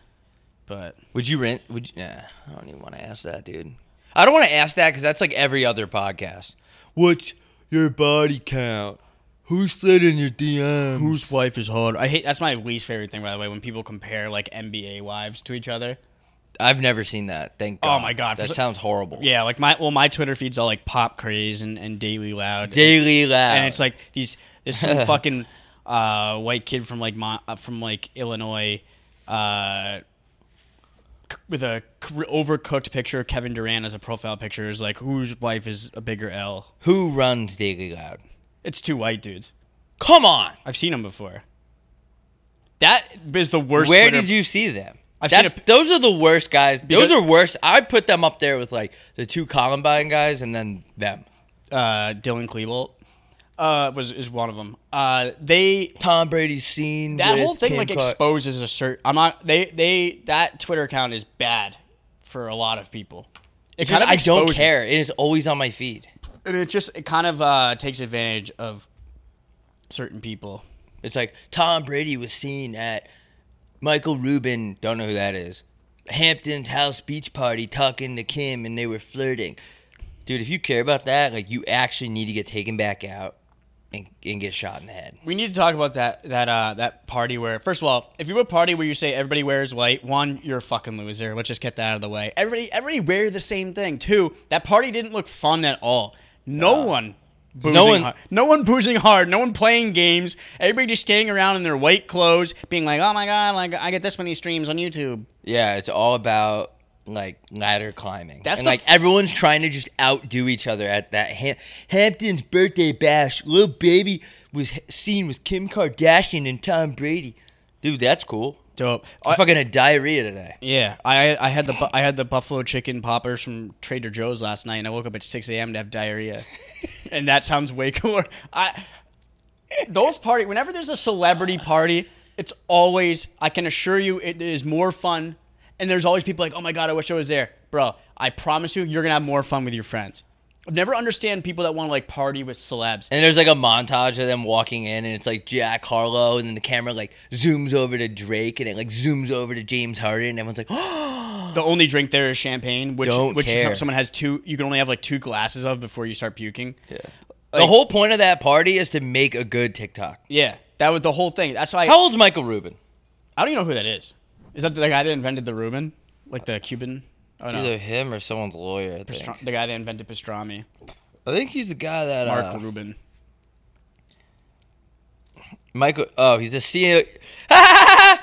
A: But
B: Would you rent? Would you? Nah, I don't even want to ask that, dude. I don't want to ask that because that's like every other podcast. What's your body count? Who's slid in your DM?
A: whose wife is hard? I hate, that's my least favorite thing, by the way, when people compare like NBA wives to each other.
B: I've never seen that. Thank
A: Oh
B: God.
A: my God, for
B: that
A: so-
B: sounds horrible.
A: Yeah. Like my, well, my Twitter feed's all like pop craze and, and daily loud.
B: Daily loud.
A: and it's like these this [laughs] some fucking uh, white kid from like Mon- uh, from like Illinois uh, c- with a c- overcooked picture of Kevin Durant as a profile picture is like whose wife is a bigger L?
B: who runs Daily Loud?
A: It's two white dudes.
B: Come on.
A: I've seen them before. That is the worst.
B: Where
A: Twitter-
B: did you see them?
A: I've
B: That's,
A: seen a-
B: those are the worst guys.
A: Because-
B: those are worse. I'd put them up there with like the two Columbine guys and then them.
A: uh, Dylan Klebold uh, was is one of them. Uh, they
B: Tom Brady's scene.
A: that
B: with
A: whole thing
B: Kim
A: like
B: Kar-
A: exposes a certain. I'm not. They they that Twitter account is bad for a lot of people. It
B: Just- I don't
A: exposes-
B: care. It is always on my feed.
A: and it just it kind of uh, takes advantage of certain people.
B: It's like Tom Brady was seen at Michael Rubin, don't know who that is, Hampton's house beach party talking to Kim and they were flirting. Dude, if you care about that, like you actually need to get taken back out and, and get shot in the head.
A: We need to talk about that that uh, that party where first of all, if you have a party where you say everybody wears white, one, you're a fucking loser. Let's just get that out of the way. Everybody everybody wear the same thing. Two, that party didn't look fun at all. No one boozing Uh, no one,
B: one-
A: hard. no one boozing hard, no one playing games. Everybody just standing around in their white clothes, being like, "Oh my god, like I get this many streams on YouTube."
B: Yeah, it's all about like ladder climbing.
A: That's
B: and
A: the
B: like
A: f-
B: everyone's trying to just outdo each other at that Ham- Hampton's birthday bash. Little baby was h- seen with Kim Kardashian and Tom Brady. Dude, that's cool.
A: Dope.
B: I'm fucking had diarrhea today.
A: Yeah, I I had the bu- I had the buffalo chicken poppers from Trader Joe's last night, and I woke up at six a.m. to have
B: [laughs]
A: diarrhea, and that sounds way cooler. I those party whenever there's a celebrity party, it's always I can assure you it is more fun, and there's always people like, oh my god, I wish I was there, bro. I promise you, you're gonna have more fun with your friends. I never understand people that want to like party with celebs.
B: And there's like a montage of them walking in, and it's like Jack Harlow, and then the camera like zooms over to Drake, and it like zooms over to James Harden, and everyone's like, [gasps]
A: The only drink there is champagne, which
B: Don't
A: which
B: care.
A: someone has two. You can only have like two glasses of before you start puking. Yeah.
B: the whole point of that party is to make a good TikTok.
A: Yeah, that was the whole thing. That's why I,
B: How old's Michael Rubin?
A: I don't even know who that is. Is that the guy that invented the Reuben, like the Cuban? Oh no,
B: Either him or someone's lawyer. I think,
A: Pastra- the guy that invented pastrami,
B: I think he's the guy that
A: Mark
B: uh,
A: Rubin.
B: Michael. Oh, he's the CEO. [laughs]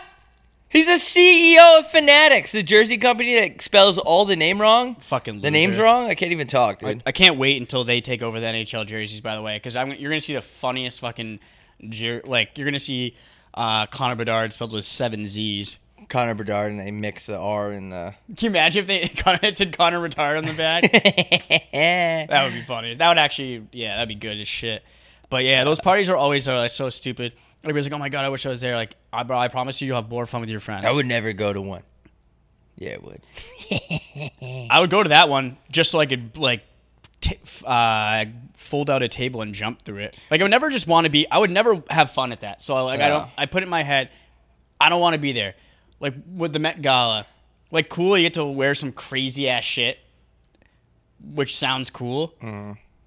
B: he's the CEO of Fanatics, the jersey company that spells all the name wrong.
A: Fucking
B: the name's
A: loser.
B: wrong. I can't even talk, dude.
A: I can't wait until they take over the NHL jerseys. By the way, because I'm you're gonna see the funniest fucking jer- like you're gonna see uh, Connor Bedard spelled with seven Z's.
B: Connor Bedard, and they mix the R and the.
A: Can you imagine if they [laughs] Connor, it said Connor Bedard on the back? That would be funny. That would actually, yeah, that'd be good as shit. But yeah, those parties are always uh, like, so stupid. Everybody's like, "Oh my god, I wish I was there." Like, I, bro, I promise you, you'll have more fun with your friends.
B: I would never go to one. Yeah, it would.
A: I would go to that one just so I could like t- f- uh, fold out a table and jump through it. Like I would never just want to be. I would never have fun at that. So like I don't.
B: Yeah.
A: I put it in my head. I don't want to be there. Like with the Met Gala, like cool. You get to wear some crazy ass shit, which sounds cool,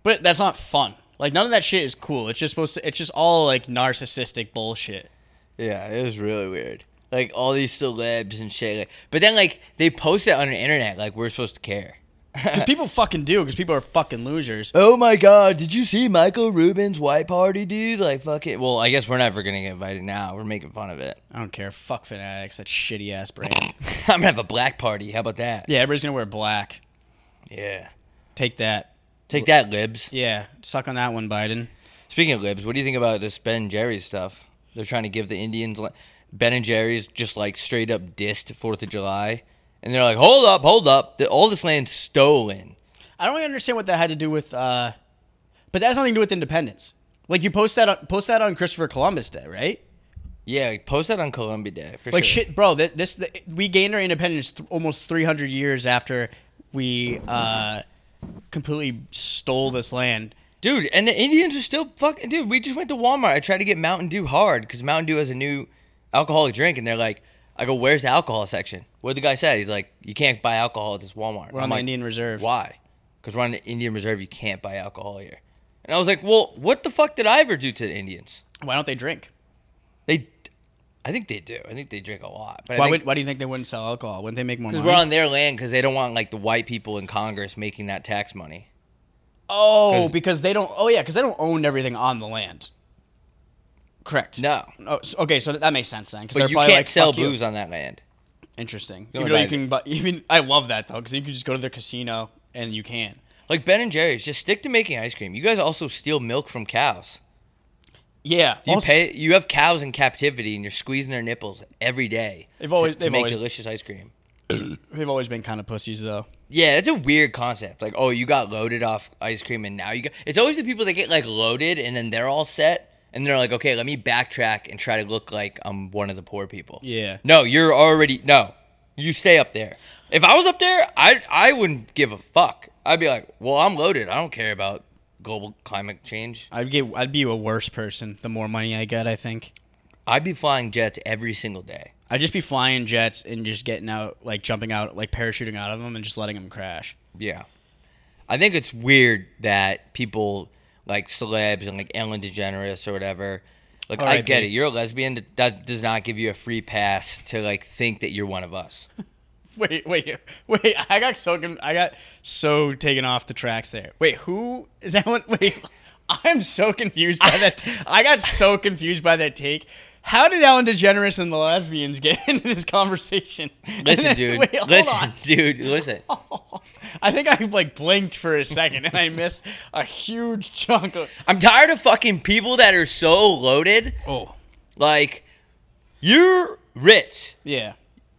A: but that's not fun. Like none of that shit is cool. It's just supposed to. It's just all like narcissistic bullshit.
B: Yeah, it was really weird. Like all these celebs and shit. Like, but then like they post it on the internet like we're supposed to care.
A: Because people fucking do. Because people are fucking losers.
B: Oh my god, did you see Michael Rubin's white party, dude? Like fuck it. Well, I guess we're never gonna get invited now. We're making fun of it.
A: I don't care. Fuck fanatics. That shitty ass brand.
B: [laughs] I'm gonna have a black party. How about that?
A: yeah, everybody's gonna wear black.
B: Yeah.
A: Take that.
B: Take that, libs.
A: Yeah, suck on that one, Biden.
B: Speaking of libs, what do you think about this Ben and Jerry's stuff? They're trying to give the Indians li- Ben and Jerry's just like straight up dissed Fourth of July, and they're like, "Hold up, hold up! The, all this land's stolen."
A: I don't really understand what that had to do with uh, But that has nothing to do with independence. Like you post that on, post that on Christopher Columbus Day, right?
B: Yeah, like, post that on Columbia Day. For
A: Like
B: sure.
A: shit, bro. That this the, we gained our independence th- almost 300 years after we uh, completely stole this land.
B: dude. And the Indians are still fucking dude. We just went to Walmart. I tried to get Mountain Dew hard because Mountain Dew has a new alcoholic drink, and they're like, I go, where's the alcohol section? What the guy said, he's like, you can't buy alcohol at this Walmart.
A: We're on
B: I'm
A: the
B: like,
A: Indian Reserve.
B: Why? Because we're on the Indian Reserve. You can't buy alcohol here. And I was like, well, what the fuck did I ever do to the Indians?
A: Why don't they drink?
B: They, I think they do. I think they drink a lot. But I
A: Why,
B: think-
A: would, why do you think they wouldn't sell alcohol? Wouldn't they make more money?
B: Because we're on their land because they don't want like the white people in Congress making that tax money.
A: oh,
B: 'cause-
A: because they don't. Oh yeah, because they don't own everything on the land. Correct.
B: No.
A: Oh, s- okay, so that makes sense then. Because
B: But
A: they're
B: you
A: probably
B: can't
A: like,
B: sell
A: "Fuck you."
B: booze on that land.
A: Interesting.
B: know
A: even though you
B: about
A: can, but [laughs] even I love that though because you can just go to the casino and you can.
B: Like Ben and Jerry's, just stick to making ice cream. You guys also steal milk from cows.
A: Yeah.
B: You
A: also-
B: pay. You have cows in captivity, and you're squeezing their nipples every day.
A: They've always-
B: to, to
A: they've
B: make
A: always-
B: delicious ice cream.
A: They've always been kind of pussies though.
B: Yeah, it's a weird concept. Like, oh, you got loaded off ice cream, and now you got. It's always the people that get like loaded, and then they're all set, and they're like, okay, let me backtrack and try to look like I'm one of the poor people.
A: Yeah.
B: No, you're already no. You stay up there. If I was up there, I I wouldn't give a fuck. I'd be like, well, I'm loaded. I don't care about global climate change.
A: I'd get. I'd be a worse person the more money I get. I think.
B: I'd be flying jets every single day.
A: I'd just be flying jets and just getting out, like jumping out, like parachuting out of them and just letting them crash.
B: Yeah. I think it's weird that people like celebs and like Ellen DeGeneres or whatever. Like I
A: R.I.P..
B: get it. You're a lesbian. That does not give you a free pass to like think that you're one of us.
A: [laughs] Wait, wait, wait! I got so con- I got so taken off the tracks there. Wait, who is that one? Wait, I'm so confused by
B: [laughs]
A: that. I got so confused by that take. How did Ellen DeGeneres and the lesbians get [laughs] into this conversation? [laughs]
B: Listen, dude.
A: Wait, hold
B: listen,
A: on.
B: [laughs] dude. Listen.
A: I think I like blinked for a second and I missed a huge chunk of.
B: I'm tired of fucking people that are so loaded.
A: Oh,
B: Like, you're rich.
A: yeah.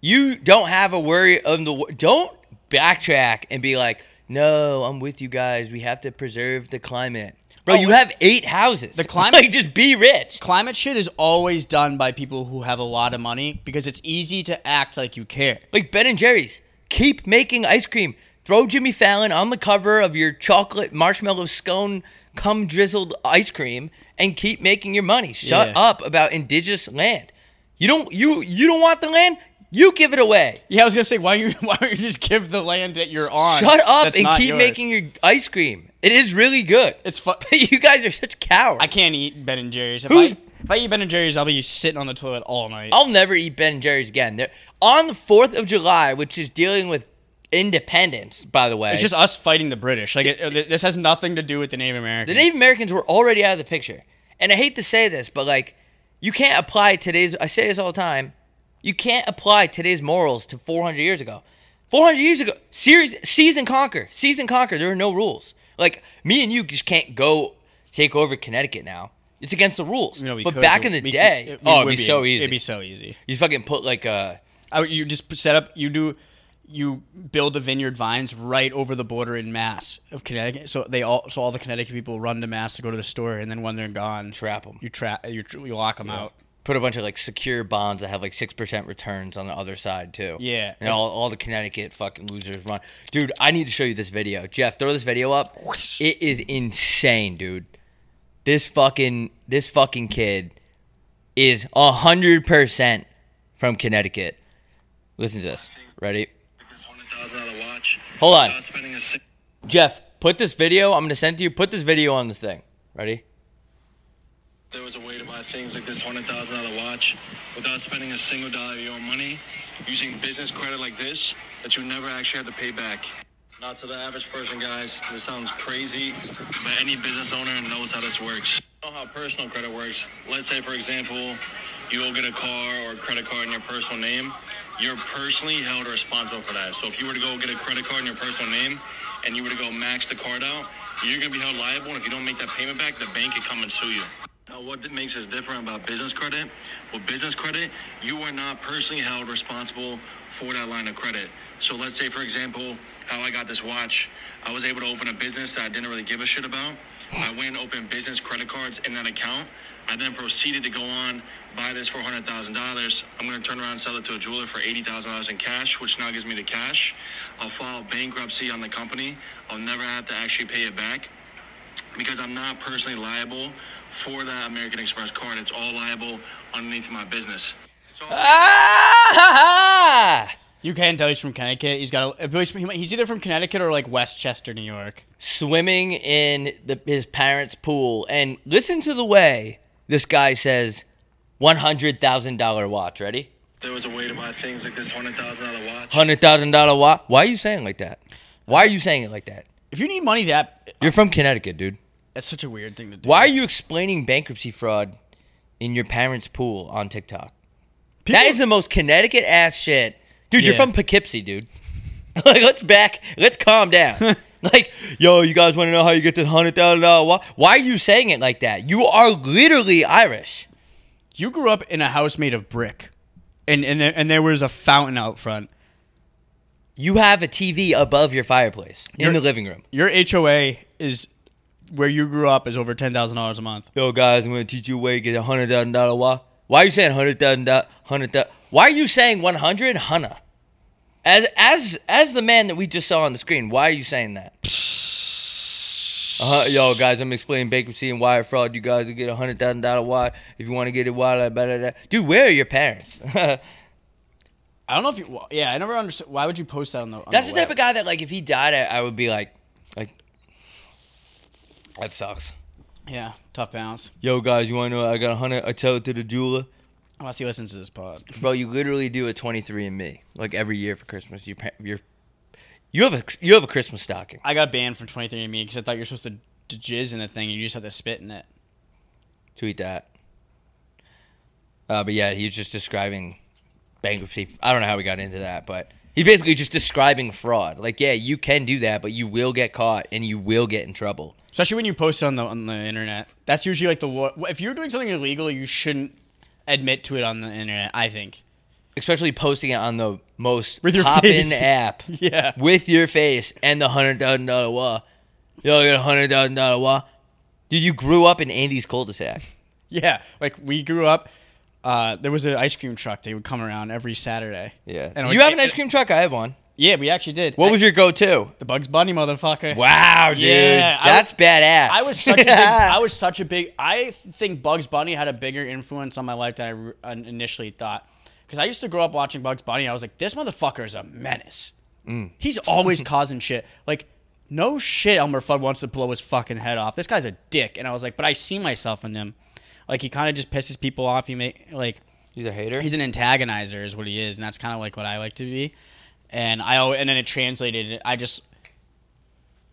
B: You don't have a worry of the. wor- Don't backtrack and be like, no, I'm with you guys. We have to preserve the climate. Bro,
A: Oh,
B: you
A: it-
B: have eight houses. [laughs] The
A: climate-
B: Like, just be rich.
A: Climate shit is always done by people who have a lot of money because it's easy to act like you care.
B: Like, Ben and Jerry's, keep making ice cream. Throw Jimmy Fallon on the cover of your chocolate marshmallow scone cum drizzled ice cream and keep making your money. Shut
A: Yeah.
B: up about indigenous land. You don't you you don't want the land? You give it away.
A: Yeah, I was gonna say why you [laughs] why don't you just give the land that you're on?
B: Shut up
A: that's
B: and
A: not
B: keep
A: yours?
B: making your ice cream. It is really good.
A: It's fun.
B: [laughs] you guys are such cowards.
A: I can't eat Ben and Jerry's. If,
B: Who's- Oh,
A: I, if I eat Ben and Jerry's, I'll be sitting on the toilet all night.
B: I'll never eat Ben and Jerry's again. They're, on the Fourth of July, which is dealing with independence, by the way.
A: it's just us fighting the British. Like it, it- this has nothing to do with the Native
B: the
A: Americans.
B: Native Americans were already out of the picture, and I hate to say this, but like, you can't apply today's. I say this all the time. You can't apply today's morals to 400 years ago. 400 years ago, series, seize and conquer, seize and conquer. There are no rules. Like me and you just can't go take over Connecticut now. It's against the rules.
A: You know, we
B: but
A: could,
B: back in
A: we-
B: the
A: we-
B: day,
A: it- it
B: oh, it'd
A: would
B: be, so easy.
A: It'd be so easy.
B: You fucking put like uh, a
A: I would- you just set up. You do. You build the vineyard vines right over the border in Mass of Connecticut, so they all so all the Connecticut people run to Mass to go to the store, and then when they're gone,
B: Trap 'em.
A: You trap. You, tr- you lock them out.
B: uh, put a bunch of like secure bonds that have like six percent returns on the other side too.
A: Yeah,
B: and all, all the Connecticut fucking losers run. Dude, I need to show you this video. Jeff, throw this video up. It is insane, dude. This fucking this fucking kid is hundred percent from Connecticut. Listen to this. Ready?
D: This $100,000 watch.
B: Hold on.
D: Uh, spending a si-
B: Jeff, put this video. I'm gonna send it to you. Put this video on the thing. Ready?
D: there was a way to buy things like this $100,000 watch without spending a single dollar of your own money using business credit like this that you never actually have to pay back. Not to the average person, guys. This sounds crazy, but any business owner knows how this works. You know how personal credit works. Let's say, for example, you'll get a car or a credit card in your personal name. You're personally held responsible for that. So if you were to go get a credit card in your personal name and you were to go max the card out, you're gonna be held liable. And if you don't make that payment back, the bank could come and sue you. Now, what that makes us different about business credit? Well, business credit, you are not personally held responsible for that line of credit. So let's say, for example, how I got this watch. I was able to open a business that I didn't really give a shit about. I went and opened business credit cards in that account. I then proceeded to go on, buy this for $100,000. I'm going to turn around and sell it to a jeweler for $80,000 in cash, which now gives me the cash. I'll file bankruptcy on the company. I'll never have to actually pay it back because I'm not personally liable for that American Express card. It's all liable underneath my business. So
B: Ah! [laughs]
A: You can tell he's from Connecticut. He's got a, he's either from Connecticut or like Westchester, New York.
B: Swimming in the, his parents' pool. And listen to the way this guy says $100,000 watch. Ready?
D: there was a way to buy things like this $100,000 watch.
B: $100,000 watch. Why are you saying it like that? Why are you saying it like that?
A: If you need money, that
B: You're from Connecticut, dude.
A: that's such a weird thing to do.
B: Why are you explaining bankruptcy fraud in your parents' pool on TikTok? that is the most Connecticut ass shit. Dude, you're
A: Yeah.
B: from Poughkeepsie, dude. [laughs] like, let's back, let's calm
A: [laughs]
B: down. like, yo, you guys want to know how you get this hundred thousand dollar? Why, why are you saying it like that? You are literally Irish.
A: you grew up in a house made of brick, and and there, and there was a fountain out front.
B: You have a TV above your fireplace in
A: You're-
B: the living room.
A: Your HOA is where you grew up is over ten thousand dollars a month.
B: Yo, guys, I'm gonna teach you a way to get a hundred thousand dollar. Why? Why are you saying hundred thousand dollar? Hundred thousand? Why are you saying one hundred? Hunna. As as as the man that we just saw on the screen, why are you saying that? Uh, yo, guys, I'm explaining bankruptcy and wire fraud. You guys will get a hundred thousand dollar wire if you want to get it. Wire, blah, blah, blah. dude, where are your parents? [laughs] That's
A: I don't know if you. well, Yeah, I never understood. Why would you post that on the? On
B: the type of guy that, like, if he died, I, I would be like, like, that sucks.
A: Yeah, tough balance.
B: Yo, guys, you want to know? I got a hundred. I tell it to the jeweler.
A: Unless he listens to this pod.
B: Bro, you literally do a 23 and me like every year for Christmas. You you you have a you have a Christmas stocking.
A: I got banned from 23andMe because I thought you were supposed to, to jizz in the thing and you just had to spit in it.
B: Tweet that. Uh, but yeah, he's just describing bankruptcy. I don't know how we got into that, but he's basically just describing fraud. Like, yeah, you can do that, but you will get caught and you will get in trouble.
A: Especially when you post it on the on the internet. That's usually like the wor- if you're doing something illegal, you shouldn't admit to it on the internet. I think. [laughs]
B: Especially posting it on the most
A: With your
B: poppin'
A: face. [laughs]
B: app.
A: Yeah.
B: with your face and the hundred thousand dollar wah. Yo, I got a hundred thousand dollar wah. Dude, you grew up in Andy's cul-de-sac.
A: Yeah, like we grew up. Uh, there was an ice cream truck. They would come around every Saturday.
B: Yeah.
A: And
B: you
A: like-
B: have an ice cream truck? I have one.
A: Yeah, we actually did.
B: What was your go-to?
A: the Bugs Bunny motherfucker?
B: Wow, dude.
A: Yeah, I
B: That's
A: was-
B: badass.
A: I was
B: [laughs]
A: such a big, I was such a big. I think Bugs Bunny had a bigger influence on my life than I re- uh, initially thought. Because I used to grow up watching Bugs Bunny, I was like, this motherfucker is a menace. He's always causing shit. Like, no shit, Elmer Fudd wants to blow his fucking head off. This guy's a dick, and I was like, but I see myself in him. Like, he kind of just pisses people off. He make like
B: He's a hater.
A: he's an antagonizer is what he is and that's kind of like what i like to be and i al- and then it translated it. i just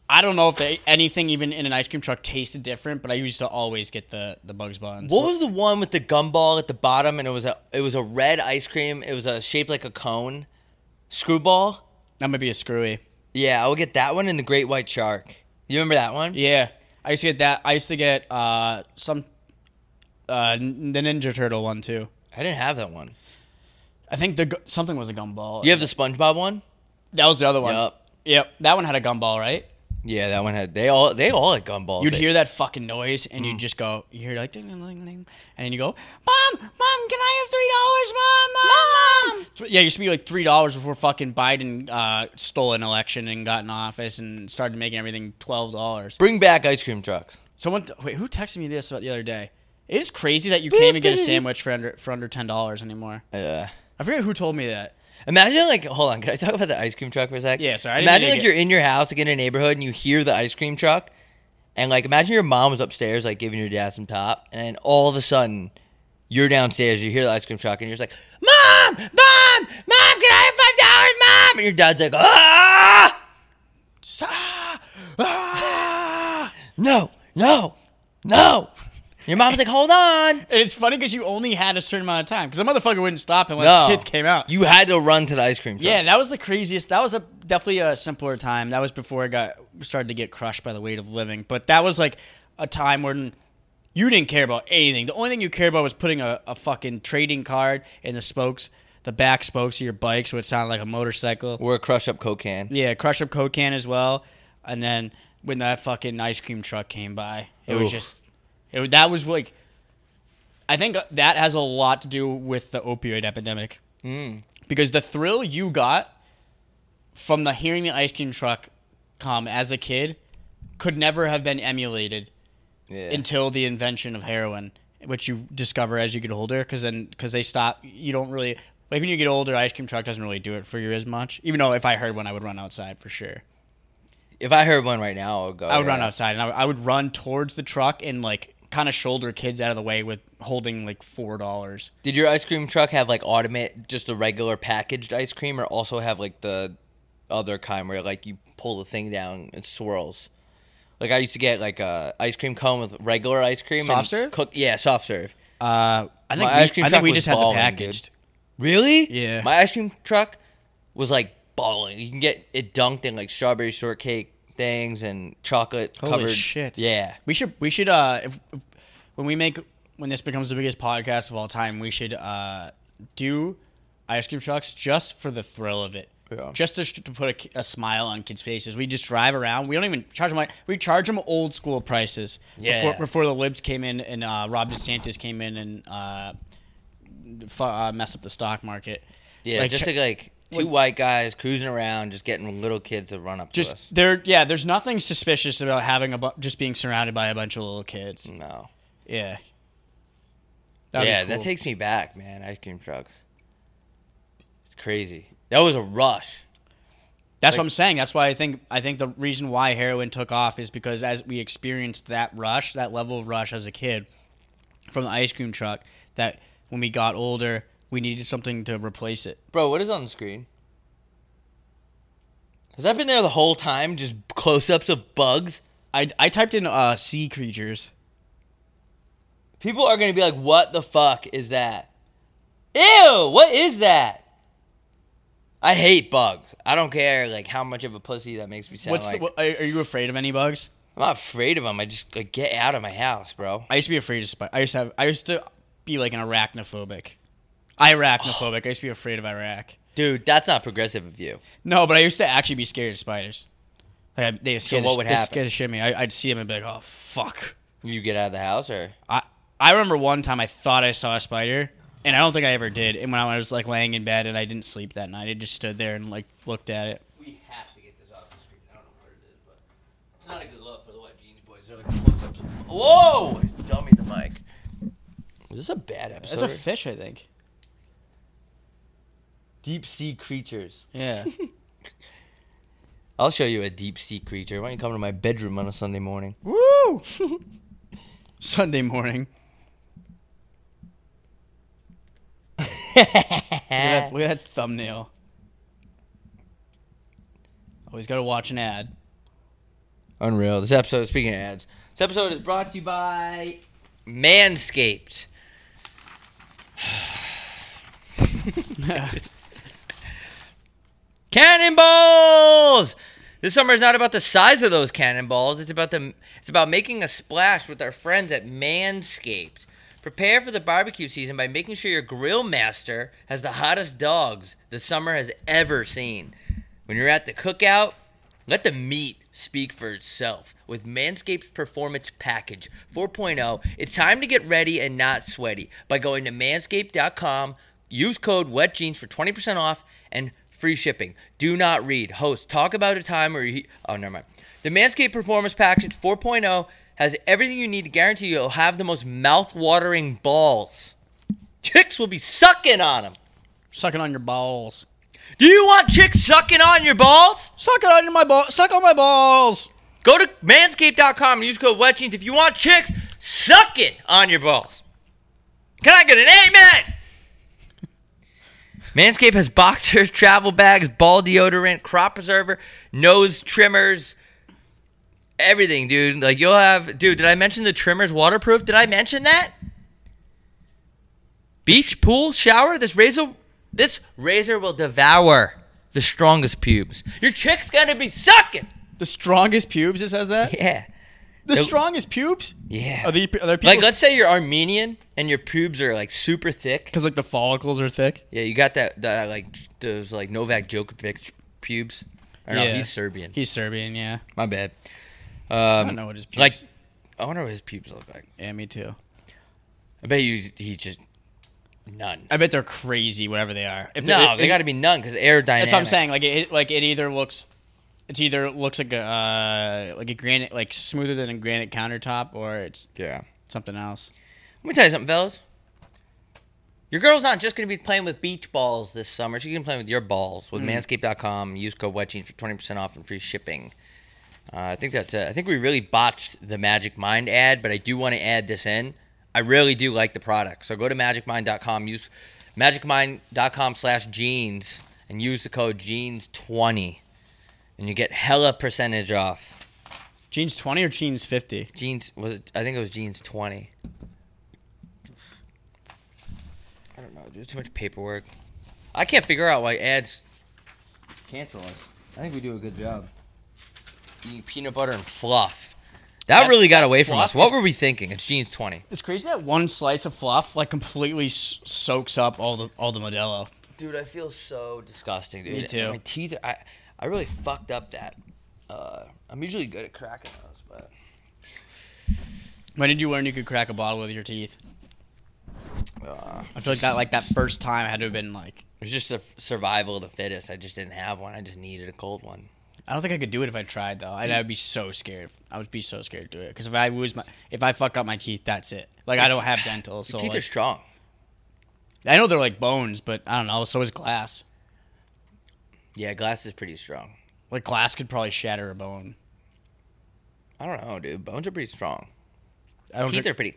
A: i don't know if they, anything even in an ice cream truck tasted different but i used to always get the the bugs buns
B: what was the one with the gumball at the bottom and it was a it was a red ice cream. It was a shaped like a cone. Screwball?
A: that might be a screwy
B: Yeah, I would get that one and the great white shark. You remember that one?
A: yeah i used to get that i used to get uh some uh n- the ninja turtle one too
B: I didn't have that one.
A: i think the gu- something was a gumball
B: You have the SpongeBob one?
A: that was the other one
B: Yup.
A: Yep, that one had a gumball right
B: Yeah, that one had they all they all had gumballs.
A: You'd
B: They-
A: hear that fucking noise, and you'd just go, you hear like, ding, ding, ding, ding, and you go, mom, mom, can I have three dollars, mom, mom, mom? Th- Yeah, it used to be like three dollars before fucking Biden uh, stole an election and got in office and started making everything twelve dollars.
B: Bring back ice cream trucks.
A: Someone, t- wait, who texted me this about the other day? It is crazy that you can't even get a sandwich for under for under ten dollars anymore.
B: Yeah.
A: I forget who told me that.
B: Imagine like, hold on, can I talk about the ice cream truck for a sec?
A: Yeah, sorry, I didn't
B: Imagine
A: mean to
B: like
A: get-
B: you're in your house, like in a neighborhood, and you hear the ice cream truck, and like imagine your mom was upstairs, like giving your dad some top, and then all of a sudden, you're downstairs, you hear the ice cream truck, and you're just like, "Mom, mom, mom, can I have five dollars, mom?" And your dad's like, "Ah,
A: Ah!
B: ah, no, no, no." Your mom's like, "Hold on."
A: And it's funny because you only had a certain amount of time because the motherfucker wouldn't stop unless
B: No,
A: the kids came out.
B: You had to run to the ice cream truck.
A: Yeah, that was the craziest. That was a definitely a simpler time. That was before I got started to get crushed by the weight of living. But that was like a time when you didn't care about anything. The only thing you cared about was putting a, a fucking trading card in the spokes, the back spokes of your bike, so it sounded like a motorcycle.
B: Or a crush up Coke can.
A: Yeah, crush up coke can as well, and then when that fucking ice cream truck came by. It was
B: Oof.
A: just, it wa- that was like, I think that has a lot to do with the opioid epidemic, mm. because the thrill you got from the hearing the ice cream truck come as a kid could never have been emulated
B: Yeah.
A: until the invention of heroin, which you discover as you get older, because then because they stop, you don't really like when you get older. Ice cream truck doesn't really do it for you as much. Even though if I heard one, I would run outside for sure.
B: if I heard one right now, I would go.
A: I would run
B: yeah.
A: outside and I, I would run towards the truck and like kind of shoulder kids out of the way with holding like four dollars.
B: Did your ice cream truck have like automate just the regular packaged ice cream, or also have like the other kind where like you pull the thing down and swirls? Like I used to get like a ice cream cone with regular ice cream,
A: Soft
B: and
A: serve?
B: Cook, yeah, soft serve.
A: Uh, I think
B: My
A: we,
B: ice cream
A: I think
B: truck
A: we
B: was
A: just had the
B: balling, dude.
A: packaged.
B: Really?
A: Yeah.
B: My ice cream truck was like balling. You can get it dunked in like strawberry shortcake things and chocolate
A: Holy
B: covered
A: shit.
B: Yeah.
A: We should we should uh if, if- when we make when this becomes the biggest podcast of all time, we should uh do ice cream trucks just for the thrill of it.
B: Yeah.
A: Just to, to put a ki- a, smile on kids' faces. We just drive around. We don't even charge them like we charge them old school prices.
B: Yeah.
A: Before, before the libs came in and uh, Rob DeSantis came in and uh, fu- uh mess up the stock market.
B: Yeah,
A: Like,
B: just
A: ch-
B: like, like two white guys cruising around, just getting little kids to run up to us.
A: just there, yeah. There's nothing suspicious about having a bu- just being surrounded by a bunch of little kids.
B: No.
A: Yeah. That'd be
B: yeah,
A: cool.
B: that takes me back, man. Ice cream trucks. It's crazy. That was a rush.
A: That's what
B: like-
A: I'm saying. That's why I think I think the reason why heroin took off is because as we experienced that rush, that level of rush as a kid from the ice cream truck, that when we got older, we needed something to replace it.
B: Bro, what is on the screen? Has that been there the whole time? Just close ups of bugs?
A: I, I typed in uh, sea creatures.
B: People are going to be like, what the fuck is that? Ew, what is that? I hate bugs. I don't care like how much of a pussy that makes me sound
A: What's
B: like.
A: the, what, are are you afraid of any bugs?
B: I'm not afraid of them. I just like get out of my house, bro.
A: I used to be afraid of spiders. I used to have I used to be like an arachnophobic. Irachnophobic. I used to be afraid of Iraq.
B: Dude, that's not progressive of you.
A: No, but I used to actually be scared of spiders. Like I, they scared.
B: what
A: the,
B: would
A: they
B: happen?
A: scared the shit out of me. I, I'd see them and be like, "Oh fuck."
B: You get out of the house or
A: I I remember one time I thought I saw a spider, and I don't think I ever did. And when I was like laying in bed and I didn't sleep that night, I just stood there and like looked at it.
B: We have to get this off the screen. I don't know what it is, but it's not a good look for the Wet Jeans boys. They're like close-ups. Whoa! I dummied the mic. Is this a bad episode?
A: That's a fish, I think.
B: deep sea creatures.
A: [laughs] Yeah.
B: I'll show you a deep sea creature. Why don't you come to my bedroom on a Sunday morning? [laughs]
A: Woo! [laughs] Sunday morning. Look at, that, look at that thumbnail. Always got to watch an ad.
B: Unreal. This episode, speaking of ads, this episode is brought to you by Manscaped. [sighs] cannonballs. This summer is not about the size of those cannonballs. It's about the it's about making a splash with our friends at Manscaped. Prepare for the barbecue season by making sure your grill master has the hottest dogs the summer has ever seen. When you're at the cookout, let the meat speak for itself with Manscaped's Performance Package 4.0. It's time to get ready and not sweaty by going to manscaped.com, use code WETJEANS for 20% off and free shipping. Do not read. Host, talk about a time where you. Oh, never mind. The Manscaped Performance Package 4.0 has everything you need to guarantee you'll have the most mouth-watering balls. Chicks will be sucking on them.
A: Sucking on your balls.
B: Do you want chicks sucking on your balls?
A: Suck it on my balls. Suck on my balls.
B: Go to manscaped.com and use code WETCHEANS if you want chicks sucking on your balls. Can I get an amen? [laughs] Manscaped has boxers, travel bags, ball deodorant, crop preserver, nose trimmers, everything, dude. Like you'll have, dude. Did I mention the trimmers waterproof? Did I mention that? Beach, pool, shower. This razor, this razor will devour the strongest pubes. Your chick's gonna be sucking. [laughs]
A: The strongest pubes. It says that.
B: Yeah.
A: The
B: Nope.
A: strongest pubes.
B: Yeah.
A: Are, the, are there people?
B: like, let's say you're Armenian and your pubes are like super thick.
A: Because like the follicles are thick.
B: Yeah, you got that, that like those like Novak Djokovic pubes. Or no, he's Serbian.
A: He's Serbian. Yeah.
B: My bad. Um,
A: I don't know what his pubes.
B: Like, I wonder what his pubes look like.
A: yeah, me too.
B: I bet you he's- he's just none.
A: I bet they're crazy, whatever they are. If
B: No,
A: they're-
B: they
A: if-
B: got to be none because aerodynamic.
A: That's what I'm saying. Like it, like it either looks, it's either looks like a uh, like a granite, like smoother than a granite countertop, or it's
B: Yeah.
A: something else.
B: Let me tell you something, fellas. Your girl's not just going to be playing with beach balls this summer. She's going to be playing with your balls with manscaped.com. Use code WETCHEATS for 20% off and free shipping. Uh, I think that's it. I think we really botched the Magic Mind ad, but I do want to add this in. I really do like the product. So go to magicmind.com, use magicmind.com slash jeans, and use the code jeans20, and you get hella percentage off.
A: Jeans twenty or jeans fifty?
B: Jeans was it? I think it was jeans twenty. I don't know. There's too much paperwork. I can't figure out why ads cancel us. I think we do a good job. Eating peanut butter and fluff. That,
A: That-
B: really got away from
A: fluff
B: us. What
A: is-
B: were we thinking? It's jeans twenty.
A: It's crazy that one slice of fluff like completely s- soaks up all the all the Modelo.
B: Dude, I feel so disgusting, dude.
A: Me too.
B: My teeth. Are, I I really fucked up that. Uh, I'm usually good at cracking those, but
A: When did you learn you could crack a bottle with your teeth?
B: uh,
A: I feel like that like that first time had to have been like
B: it was just a f- survival of the fittest. I just didn't have one. I just needed a cold one.
A: I don't think I could do it if I tried though, and I'd be so scared. I would be so scared to do it because if I lose my if I fuck up my teeth, that's it. Like I don't have dental, so
B: Your teeth
A: like-
B: are strong.
A: I know they're like bones, but I don't know. So is glass.
B: Yeah, glass is pretty strong.
A: Like glass could probably shatter a bone.
B: I don't know, dude. Bones are pretty strong.
A: I don't
B: Teeth are
A: think,
B: pretty.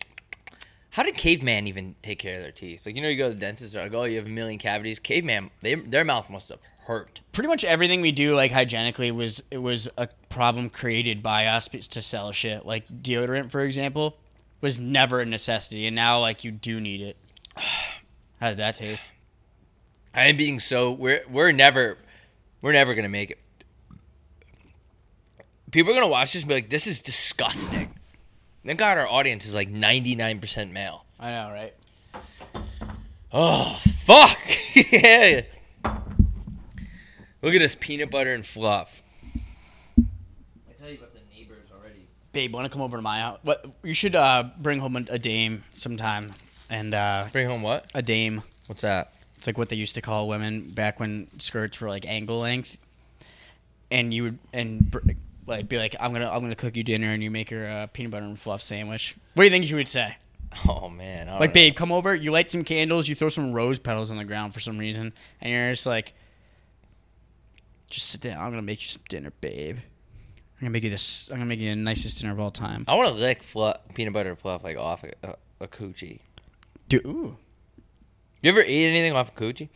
B: How did caveman even take care of their teeth? Like you know, you go to the dentist, they're like, oh, you have a million cavities. Caveman, they, their mouth must have hurt.
A: pretty much everything we do like hygienically was it was a problem created by us be- to sell shit. Like deodorant, for example, was never a necessity, and now like you do need it. [sighs] How did that taste?
B: I am being so we're we're never we're never gonna make it. People are gonna watch this and be like, this is disgusting. Thank God our audience is like ninety nine percent male.
A: I know, right?
B: Oh fuck! [laughs] yeah. Look at this peanut butter and fluff. I tell you about the neighbors already.
A: Babe, want to come over to my house? What you should uh, bring home a, a dame sometime, and uh,
B: Bring home what?
A: a dame.
B: What's that?
A: It's like what they used to call women back when skirts were like ankle length, and you would and br- like be like, "I'm gonna I'm gonna cook you dinner," and you make her a peanut butter and fluff sandwich. What do you think you would say?
B: Oh man! I
A: Like,
B: don't know.
A: babe, come over. You light some candles. You throw some rose petals on the ground for some reason, and you're just like, "Just sit down. I'm gonna make you some dinner, babe. I'm gonna make you this. I'm gonna make you the nicest dinner of all time."
B: I want to lick fluff, peanut butter fluff like off a, a, a coochie.
A: Dude,
B: [laughs]
A: ooh,
B: You ever eat anything off a coochie?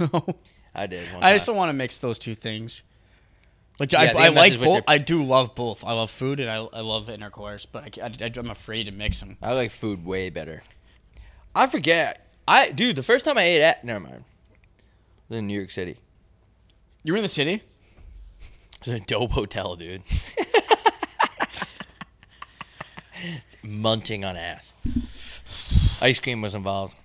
A: no.
B: I did. One
A: I just
B: time.
A: don't want to mix those two things. Like
B: Yeah, I think
A: I, I
B: it messes
A: like
B: with
A: both.
B: your-
A: I do love both. I love food and I, I love intercourse, but I, am afraid to mix them.
B: I like food way better. I forget. I dude, the first time I ate at never mind. It was in New York City.
A: You were in the city.
B: It was in a dope hotel, dude. Munching on ass. Ice cream was involved.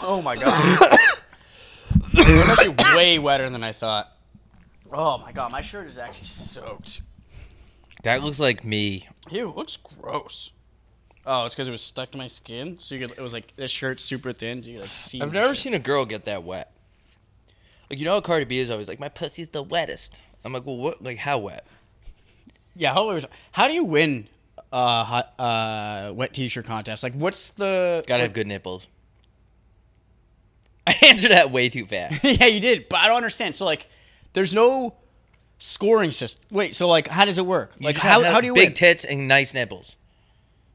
A: Oh my god! [coughs] it's actually way wetter than I thought. Oh my god, my shirt is actually soaked.
B: That looks like me.
A: Ew, it looks gross. Oh, it's because it was stuck to my skin. So you could, it was like this shirt's super thin. So you could, like see.
B: I've
A: the
B: never
A: shit.
B: seen a girl get that wet. Like you know how Cardi B is always like, my pussy's the wettest. I'm like, well, what? Like how wet?
A: Yeah, how, how do you win uh, hot, uh, wet t-shirt contest? Like, what's the
B: Gotta have good nipples. [laughs] I answered that way too [laughs] fast.
A: [laughs] yeah, you did, but I don't understand. So like, there's no scoring system. Wait, so like, how does it work? Like,
B: just
A: how,
B: have
A: how do you
B: big
A: win?
B: tits and nice nipples?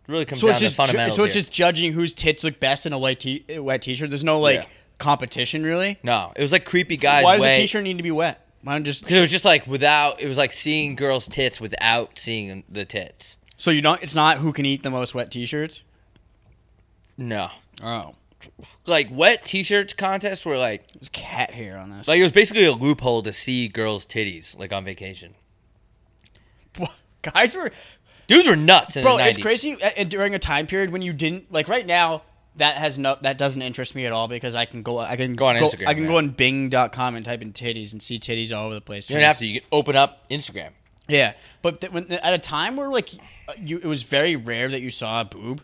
B: It really comes
A: so
B: down
A: it's
B: to
A: just ju-
B: fundamentals.
A: so it's
B: here.
A: just judging whose tits look best in a white t- wet t-shirt. There's no like
B: Yeah.
A: competition really.
B: no. It was like creepy guys.
A: Why does
B: way,
A: a t-shirt need to be wet? Why don't just
B: Because it was just like without. It was like seeing girls' tits without seeing the tits.
A: so you don't? It's not who can eat the most wet t-shirts.
B: No,
A: Oh,
B: like wet t-shirts contests were like
A: there's cat hair on this.
B: like it was basically a loophole to see girls' titties like on vacation.
A: guys were [laughs]
B: Dudes were nuts in
A: bro.
B: the 90s.
A: It's crazy uh, uh, during a time period when you didn't like. Right now, that has no that doesn't interest me at all because I can go I can
B: Go on Instagram,
A: I can go
B: right?
A: on Bing.com and type in titties and see titties all over the place.
B: You don't have to. You can open up Instagram.
A: Yeah, but th- when, at a time where like you, it was very rare that you saw a boob.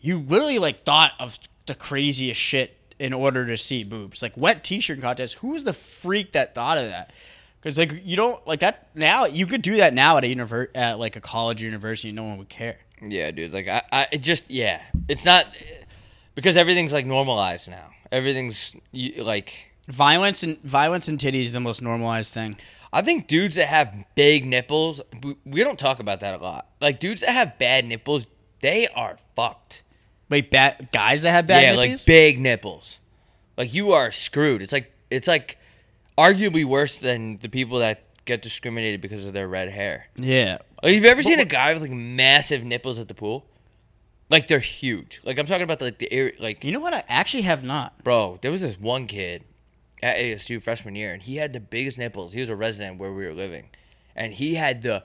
A: You literally like thought of the craziest shit in order to see boobs, like wet T-shirt contest. Who was the freak that thought of that? Because like you don't like that now. You could do that now at a univer- at like a college university, and no one would care.
B: Yeah, dude. Like I, I it just yeah. It's not because everything's like normalized now. Everything's you, like
A: Violence and violence and titties is the most normalized thing.
B: I think dudes that have big nipples, we, we don't talk about that a lot. Like dudes that have bad nipples, they are fucked.
A: Wait, bad guys that have bad
B: yeah,
A: nipples?
B: like big nipples. Like you are screwed. It's like it's like arguably worse than the people that get discriminated because of their red hair.
A: yeah.
B: Like, have you ever seen a guy with like massive nipples at the pool? Like they're huge. Like I'm talking about like the area. Like
A: You know what? I actually have not.
B: bro, there was this one kid at ASU freshman year, and he had the biggest nipples. He was a resident where we were living, and he had the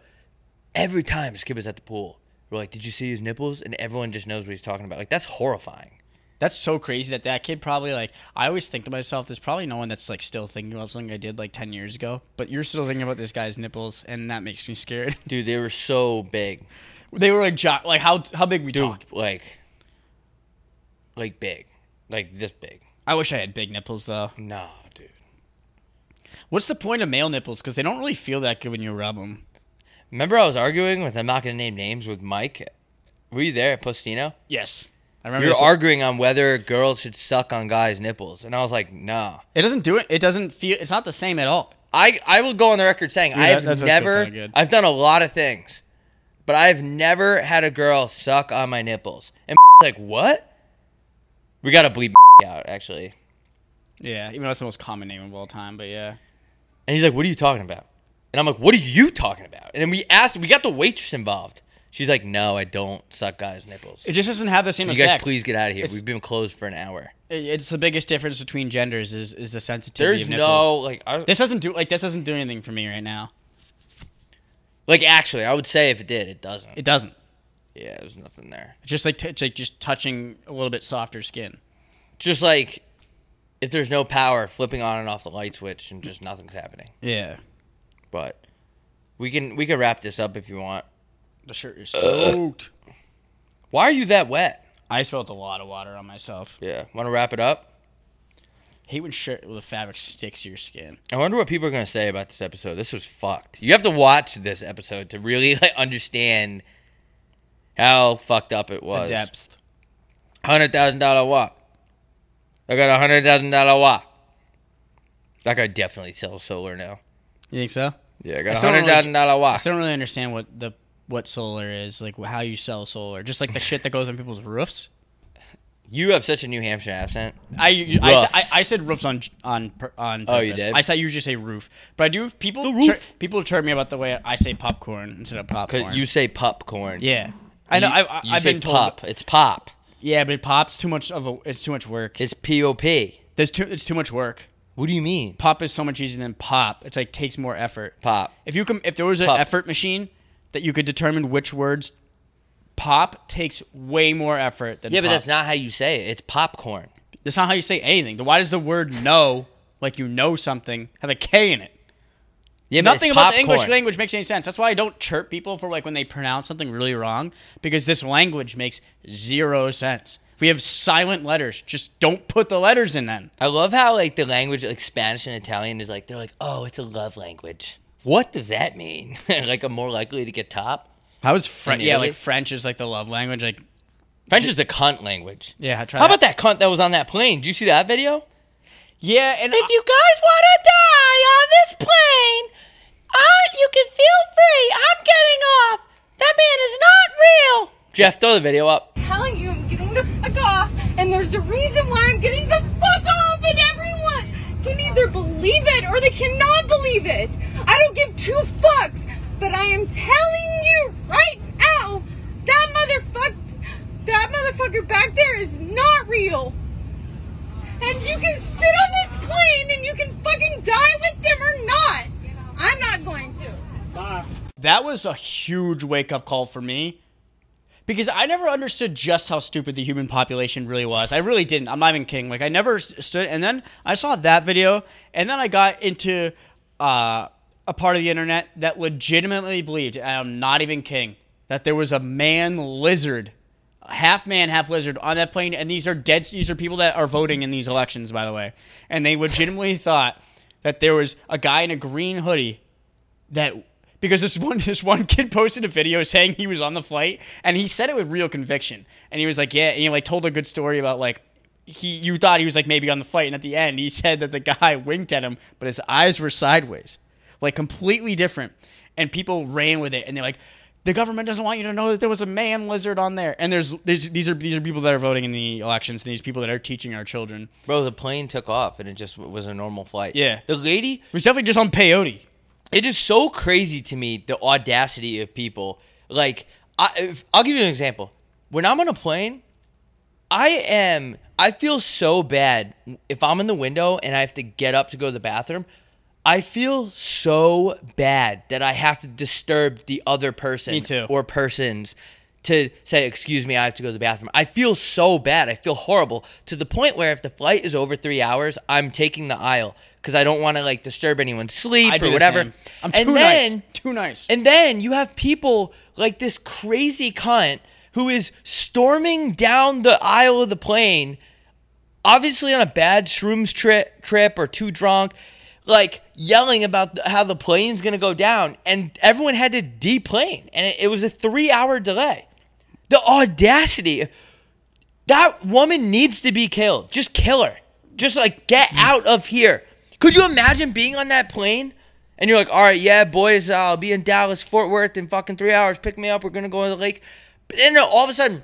B: every time this kid was at the pool. We're like, did you see his nipples? And everyone just knows what he's talking about. Like that's horrifying.
A: That's so crazy that that kid probably like. I always think to myself, there's probably no one that's like still thinking about something I did like ten years ago, but you're still thinking about this guy's nipples, and that makes me scared. [laughs]
B: Dude, they were so big.
A: they were like, jo- like how how big we
B: Dude,
A: talk.
B: like, like big, like this big.
A: I wish I had big nipples though.
B: Nah, dude.
A: What's the point of male nipples? Because they don't really feel that good when you rub them.
B: Remember, I was arguing with I'm not gonna name names with Mike. Were you there at Postino?
A: Yes, I
B: We
A: remember.
B: were
A: this-
B: arguing on whether girls should suck on guys' nipples, and I was like, nah.
A: it doesn't do it. It doesn't feel. It's not the same at all.
B: I I will go on the record saying
A: that-
B: I've
A: that's actually kinda
B: never
A: good.
B: I've done a lot of things, but I've never had a girl suck on my nipples. And [laughs] like what? We gotta bleep [laughs] out actually.
A: Yeah, even though it's the most common name of all time, but yeah.
B: And he's like, "What are you talking about?" And I'm like, "What are you talking about?" And then we asked, we got the waitress involved. She's like, "No, I don't suck guys' nipples."
A: It just doesn't have the same
B: You
A: effect.
B: guys, please get out of here.
A: It's-
B: We've been closed for an hour.
A: It- It's the biggest difference between genders is is the sensitivity
B: There's
A: of nipples.
B: no like, I,
A: This doesn't do like this doesn't do anything for me right now.
B: like actually, I would say if it did, it doesn't.
A: It doesn't.
B: yeah, there's nothing there.
A: It's just like, t- it's like just touching a little bit softer skin.
B: Just like if there's no power, flipping on and off the light switch, and just nothing's happening.
A: Yeah.
B: But we can we can wrap this up if you want.
A: The shirt is soaked.
B: Why are you that wet?
A: I spilled a lot of water on myself.
B: Yeah, want to wrap it up?
A: Hate when shirt with the fabric sticks to your skin.
B: I wonder what people are gonna say about this episode. This was fucked. You have to watch this episode to really [laughs] like understand how fucked up it
A: The
B: was.
A: depth.
B: Hundred thousand dollar wop. I got a hundred thousand dollar wop. That guy definitely sells solar now.
A: You think so?
B: Yeah, I got a
A: still don't
B: hundred thousand dollar
A: I
B: wop.
A: still don't really understand what the what solar is like. How you sell solar? Just like the shit that goes on people's roofs.
B: You have such a New Hampshire accent.
A: I I, I,
B: Roofs.
A: I said roofs on on pur- on. Purpose.
B: Oh, you did?
A: I say I usually say roof, but I do. People
B: The
A: tur-
B: roof.
A: people turn me about the way I say popcorn instead of popcorn.
B: Cause you say popcorn.
A: yeah. I know.
B: You-
A: I, I,
B: you
A: I've
B: say
A: been told.
B: pop. It's pop.
A: Yeah, but it pops too much of a. It's too much work.
B: It's P O P.
A: There's too. It's too much work.
B: What do you mean?
A: Pop is so much easier than pop. It's like takes more effort.
B: Pop.
A: If you can, if there was an
B: Pop.
A: effort machine that you could determine which words, pop takes way more effort than.
B: Yeah, but
A: pop.
B: that's not how you say it. It's popcorn.
A: That's not how you say anything. Then Why does the word know, like you know something, have a K in it?
B: Yeah, but it's
A: Nothing about the English
B: popcorn.
A: language makes any sense. That's why I don't chirp people for like when they pronounce something really wrong because this language makes zero sense. We have silent letters. Just don't put the letters in then.
B: I love how like the language like Spanish and Italian is like they're like, "Oh, it's a love language." What does that mean? [laughs] like I'm more likely to get top.
A: How is French?
B: In
A: Yeah,
B: Italy?
A: like French is like the love language. Like,
B: French is the cunt language.
A: yeah, try
B: How about that cunt that was on that plane? Did you see that video?
A: Yeah, and
B: If you guys want to die on this plane, uh, you can feel free. I'm getting off. That man is not real. Jeff, throw the video up.
E: telling you I'm getting the fuck off, and there's a reason why I'm getting the fuck off, and everyone can either believe it or they cannot believe it. I don't give two fucks, but I am telling you right now that motherfucker, that motherfucker back there is not real. And you can sit on this plane and you can fucking die with them or not. I'm not going to.
A: that was a huge wake up call for me because I never understood just how stupid the human population really was. I really didn't. I'm not even kidding. Like I never s- stood. And then I saw that video, and then I got into uh, a part of the internet that legitimately believed, and I'm not even kidding, that there was a man lizard, half man, half lizard, on that plane. And these are dead. These are people that are voting in these elections, by the way. And they legitimately thought that there was a guy in a green hoodie that because this one [laughs] this one kid posted a video saying he was on the flight and he said it with real conviction and he was like yeah and he like told a good story about like he you thought he was like maybe on the flight and at the end he [laughs] said that the guy winked at him but his eyes were sideways like completely different and people ran with it and they're like the government doesn't want you to know that there was a man lizard on there and there's, there's these are these are people that are voting in the elections and these people that are teaching our children it
B: Bro, the plane took off and it just w- was a normal flight.
A: Yeah.
B: The lady,
A: was definitely just on peyote
B: it is so crazy to me the audacity of people. Like, I, if, I'll give you an example. When I'm on a plane, I am. I feel so bad if I'm in the window and I have to get up to go to the bathroom. I feel so bad that I have to disturb the other person
A: Me too.
B: or persons to say, "Excuse me, I have to go to the bathroom." I feel so bad. I feel horrible to the point where if the flight is over three hours, I'm taking the aisle because I don't want to like disturb anyone's sleep
A: I do
B: or
A: the
B: whatever.
A: same. i'm
B: and
A: too
B: then,
A: nice too nice
B: and then you have people like this crazy cunt who is storming down the aisle of the plane, obviously on a bad shrooms trip, trip or too drunk, like yelling about th- how the plane's gonna go down, and everyone had to deplane, and it, it was a three-hour delay. The audacity! That woman needs to be killed. Just kill her. Just like get
A: Mm.
B: out of here. Could you imagine being on that plane? And you're like, all right, yeah, boys, I'll be in Dallas, Fort Worth in fucking three hours. Pick me up. We're going to go to the lake. But then all of a sudden,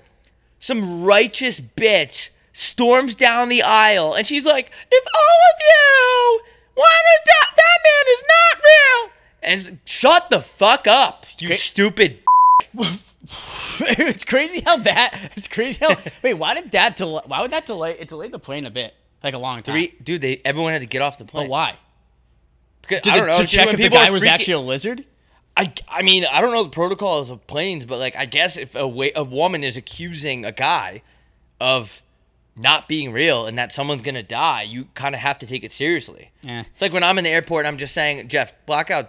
B: some righteous bitch storms down the aisle and she's like, if all of you want to die, that man is not real. And it's- shut the fuck up, you
A: Okay.
B: stupid.
A: [laughs] it's crazy how that. It's crazy how. wait, why did that delay? Why would that delay? It delayed the plane a bit, like a long time.
B: Three, dude, they, everyone had to get off the
A: But
B: plane.
A: why?
B: Because-
A: Oh, Did
B: I
A: the-
B: don't know.
A: to
B: dude,
A: check
B: when
A: if the
B: people
A: guy
B: are
A: was
B: freaking-
A: actually a lizard.
B: I, I mean, I don't know the protocols of planes, but like, I guess if a, wa- a woman is accusing a guy of not being real and that someone's gonna die, you kind of have to take it seriously.
A: Yeah.
B: It's like when I'm in the airport, I'm just saying, Jeff, blackout.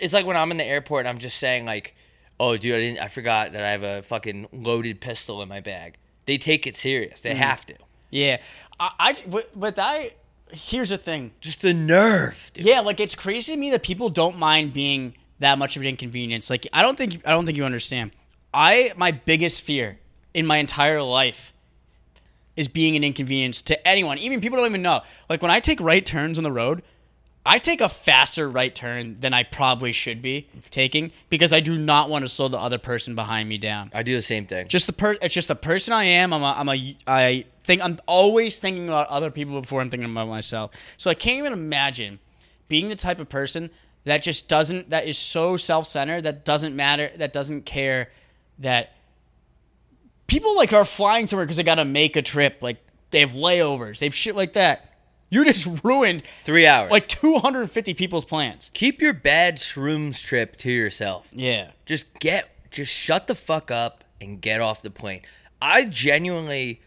B: It's like when I'm in the airport, I'm just saying, like, oh, dude, I didn't, I forgot that I have a fucking loaded pistol in my bag. They take it serious.
A: Mm.
B: They have to.
A: Yeah, I. I but, but I. Here's the thing.
B: Just the nerve, dude.
A: Yeah, like it's crazy to me that people don't mind being that much of an inconvenience. Like I don't think I don't think you understand. I my biggest fear in my entire life is being an inconvenience to anyone, even people don't even know. Like when I take right turns on the road, I take a faster right turn than I probably should be taking because I do not want to slow the other person behind me down
B: I do the same thing.
A: just the per it's just the person I am. I'm a I'm a I think I'm always thinking about other people before I'm thinking about myself. So I can't even imagine being the type of person that just doesn't that is so self-centered that doesn't matter that doesn't care that people like are flying somewhere because they got to make a trip like they have layovers they have shit like that you just [laughs] ruined
B: Three hours.
A: like 250 people's plans
B: keep your bad shrooms trip to yourself.
A: yeah
B: just get just shut the fuck up and get off the plane i genuinely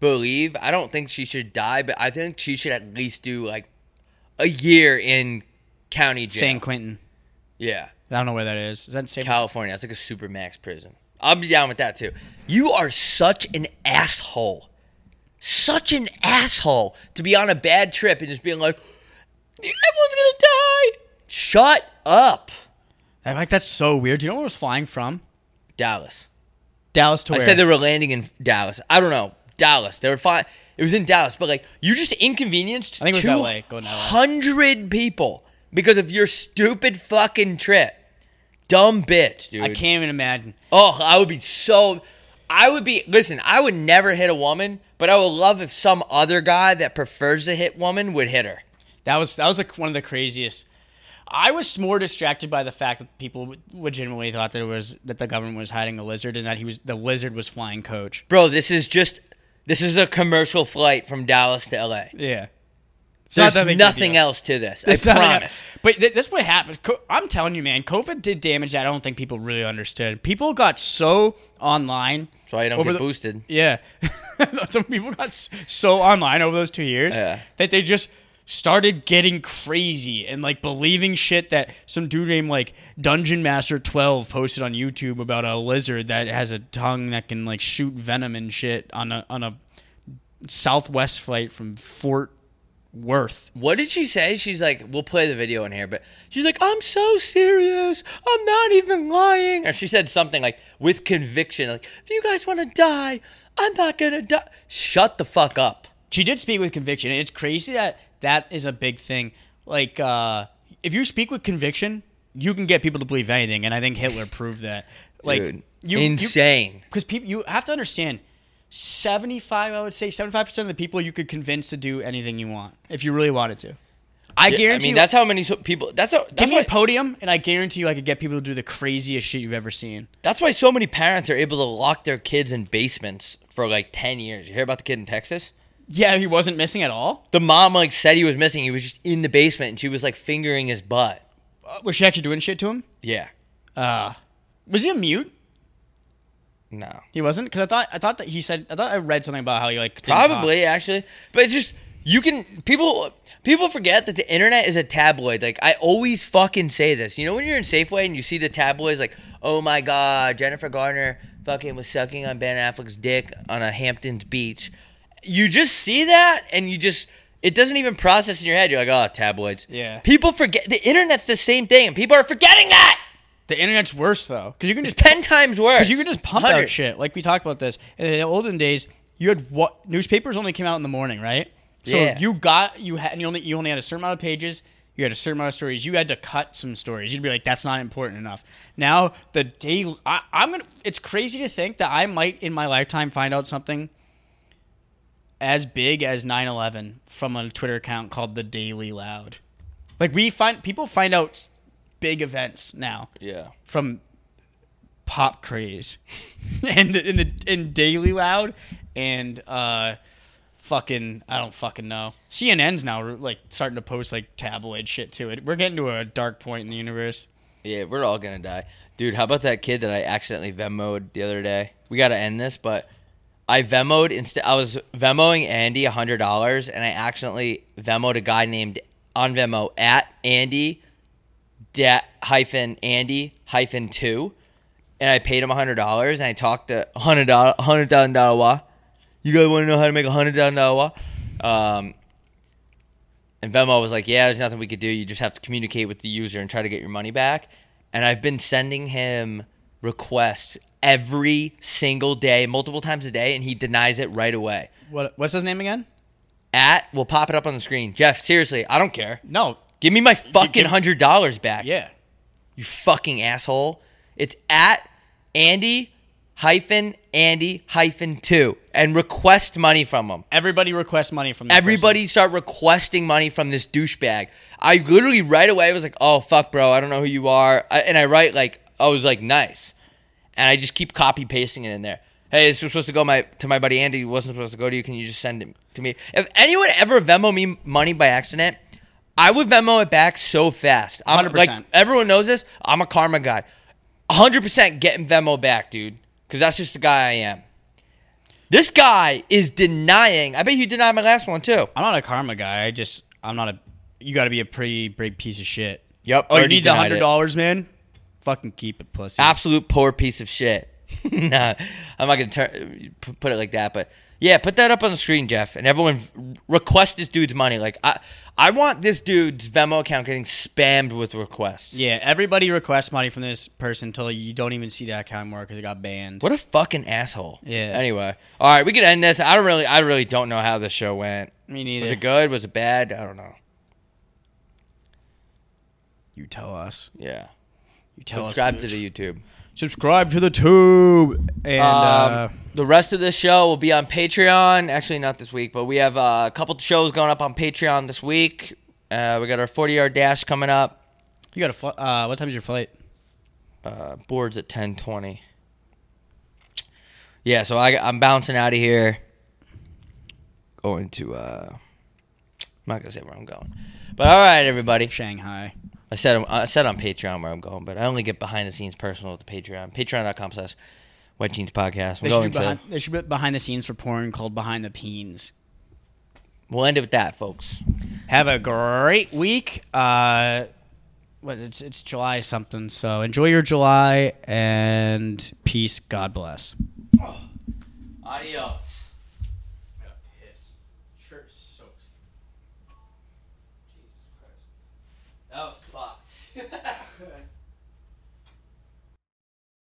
B: believe i don't think she should die but i think she should at least do like a year in county jail
A: san quentin
B: yeah
A: i don't know where that is is that in san
B: california that's like a super max prison i'll be down with that too you are such an asshole such an asshole to be on a bad trip and just being like everyone's gonna die shut up
A: i like that's so weird do you know where I was flying from
B: dallas
A: Dallas to
B: I
A: where?
B: said they were landing in Dallas. I don't know. Dallas. They were fine. It was in Dallas, but like you just inconvenienced
A: I think it was LA, going to LA.
B: 200 people because of your stupid fucking trip. Dumb bitch, dude.
A: I can't even imagine.
B: Oh, I would be so. I would be. Listen, I would never hit a woman, but I would love if some other guy that prefers to hit woman would hit her.
A: That was that was like one of the craziest. I was more distracted by the fact that people legitimately thought there was that the government was hiding the lizard and that he was the lizard was flying coach.
B: Bro, this is just. This is a commercial flight from Dallas to LA.
A: Yeah, that
B: There's
A: big of a
B: nothing
A: deal.
B: else to this.
A: It's
B: I
A: not that-
B: promise.
A: But th- this what happened. Co- I'm telling you, man, COVID did damage that I don't think people really understood. People got so online.
B: That's why you don't
A: over
B: get
A: the-
B: boosted.
A: Yeah. [laughs] Some people got s- so online over those two years
B: Yeah.
A: that they just started getting crazy and like believing shit that some dude named like Dungeon Master 12 posted on YouTube about a lizard that has a tongue that can like shoot venom and shit on a on a Southwest flight from Fort Worth.
B: What did she say? She's like, we'll play the video in here, but she's like, I'm so serious. I'm not even lying. Or she said something like with conviction, like, if you guys want to die, I'm not gonna die. Shut the fuck up.
A: She did speak with conviction. and It's crazy that that is a big thing. Like, uh, if you speak with conviction, you can get people to believe anything, and I think Hitler proved
B: [laughs]
A: that. Like,
B: Dude, insane.
A: Because people, you have to understand, seventy-five, I would say, seventy-five percent of the people you could convince to do anything you want if you really wanted to. I
B: I
A: guarantee.
B: mean,
A: you-
B: that's how many so- people. That's how.
A: give
B: That's
A: me a
B: why,
A: podium, and I guarantee you, I could get people to do the craziest shit you've ever seen.
B: that's why so many parents are able to lock their kids in basements for like ten years. You hear about the kid in Texas?
A: Yeah, he wasn't missing at all.
B: The mom like said he was missing. He was just in the basement, and she was like fingering his butt.
A: Uh, Was she actually doing shit to him?
B: Yeah.
A: Uh, was he a mute?
B: No.
A: He wasn't because I thought I thought that he said I thought I read something about how he like didn't talk.
B: Probably actually, but it's just you can people people forget that the internet is a tabloid. Like I always fucking say this. You know when you're in Safeway and you see the tabloids like, "Oh my god, Jennifer Garner fucking was sucking on Ben Affleck's dick on a Hamptons beach." You just see that and you just it doesn't even process in your head. You're like, "Oh, tabloids."
A: Yeah.
B: People forget the internet's the same thing and people are forgetting that.
A: The internet's worse though because you can just
B: 10 times worse.
A: because you can just pump
B: 100.
A: out shit like we talked about this in the olden days. You had what newspapers only came out in the morning, right? So
B: Yeah.
A: you got you had and you only you only had a certain amount of pages. You had a certain amount of stories. You had to cut some stories. You'd be like, "That's not important enough." Now the day I, I'm gonna, it's crazy to think that I might in my lifetime find out something as big as 9/11 from a Twitter account called the Daily Loud. Like we find people find out s- big events now
B: Yeah.
A: from pop craze [laughs] and in the in Daily Loud and uh fucking I don't fucking know. CNN's now like starting to post like tabloid shit to it. We're getting to a dark point in the universe.
B: Yeah, we're all gonna die, dude. How about that kid that I accidentally Venmoed the other day? We gotta end this, but I Venmoed instead. I was Venmoing Andy hundred dollars, and I accidentally Venmoed a guy named on Venmo at Andy that hyphen Andy hyphen two, and I paid him hundred dollars, and I talked to hundred dollar hundred thousand dollar wa. You guys want to know how to make a hundred thousand dollar wa? Um, and Venmo was like, "Yeah, there's nothing we could do. You just have to communicate with the user and try to get your money back." And I've been sending him requests every single day, multiple times a day, and he denies it right away.
A: What what's his name again?
B: At we'll pop it up on the screen. Jeff, seriously, I don't care.
A: No.
B: Give me my fucking hundred dollars back.
A: Yeah.
B: you fucking asshole. It's at Andy hyphen Andy hyphen two and request money from him.
A: Everybody requests money from this
B: Everybody start requesting money from this douchebag. I literally right away was like, "Oh fuck, bro, I don't know who you are," I, and I write like, "I was like nice," and I just keep copy pasting it in there. Hey, this was supposed to go my to my buddy Andy. It wasn't supposed to go to you. Can you just send it to me? If anyone ever Venmo me money by accident, I would Venmo it back so fast. I'm,
A: 100%.
B: Like everyone knows this. I'm a karma guy. 100 percent getting Venmo back, dude, because that's just the guy I am. This guy is denying. I bet you denied my last one too.
A: I'm not a karma guy. I just I'm not a you got to be a pretty big piece of shit.
B: Yep,
A: Oh, you
B: already
A: need the
B: denied
A: hundred
B: it.
A: dollars, man. Fucking keep it, pussy.
B: absolute poor piece
A: [laughs]
B: of shit. nah, I'm not gonna turn, p- put it like that, but yeah, put that up on the screen, Jeff, and everyone v- request this dude's money. Like I, I want this dude's Venmo account getting spammed with requests.
A: yeah, everybody requests money from this person until you don't even see that account more because it got banned.
B: What a fucking asshole.
A: Yeah.
B: Anyway, all right, we could end this. I don't really, I really don't know how the show went.
A: Me neither.
B: Was it good? Was it bad? I don't know.
A: You tell us.
B: Yeah.
A: You tell
B: Subscribe
A: us.
B: to the YouTube.
A: Subscribe to the tube. And uh,
B: um, the rest of this show will be on Patreon. Actually, not this week, but we have uh, a couple shows going up on Patreon this week. Uh, we got our 40 yard dash coming up.
A: you got a fl- uh, what time is your flight?
B: Uh, boards at 1020. Yeah, so I, I'm bouncing out of here. Going to uh, I'm not gonna say where I'm going. But all right, everybody.
A: Shanghai.
B: I said I said on Patreon where I'm going, but I only get behind the scenes personal with the Patreon. Patreon.com slash Wet Jeans Podcast.
A: They
B: We're
A: should, be
B: going to-
A: behind, they should be behind the scenes for porn called Behind the Peens.
B: we'll end it with that, folks.
A: Have a great week. Uh, what it's, it's July something, so enjoy your July and peace. God bless.
B: Adios.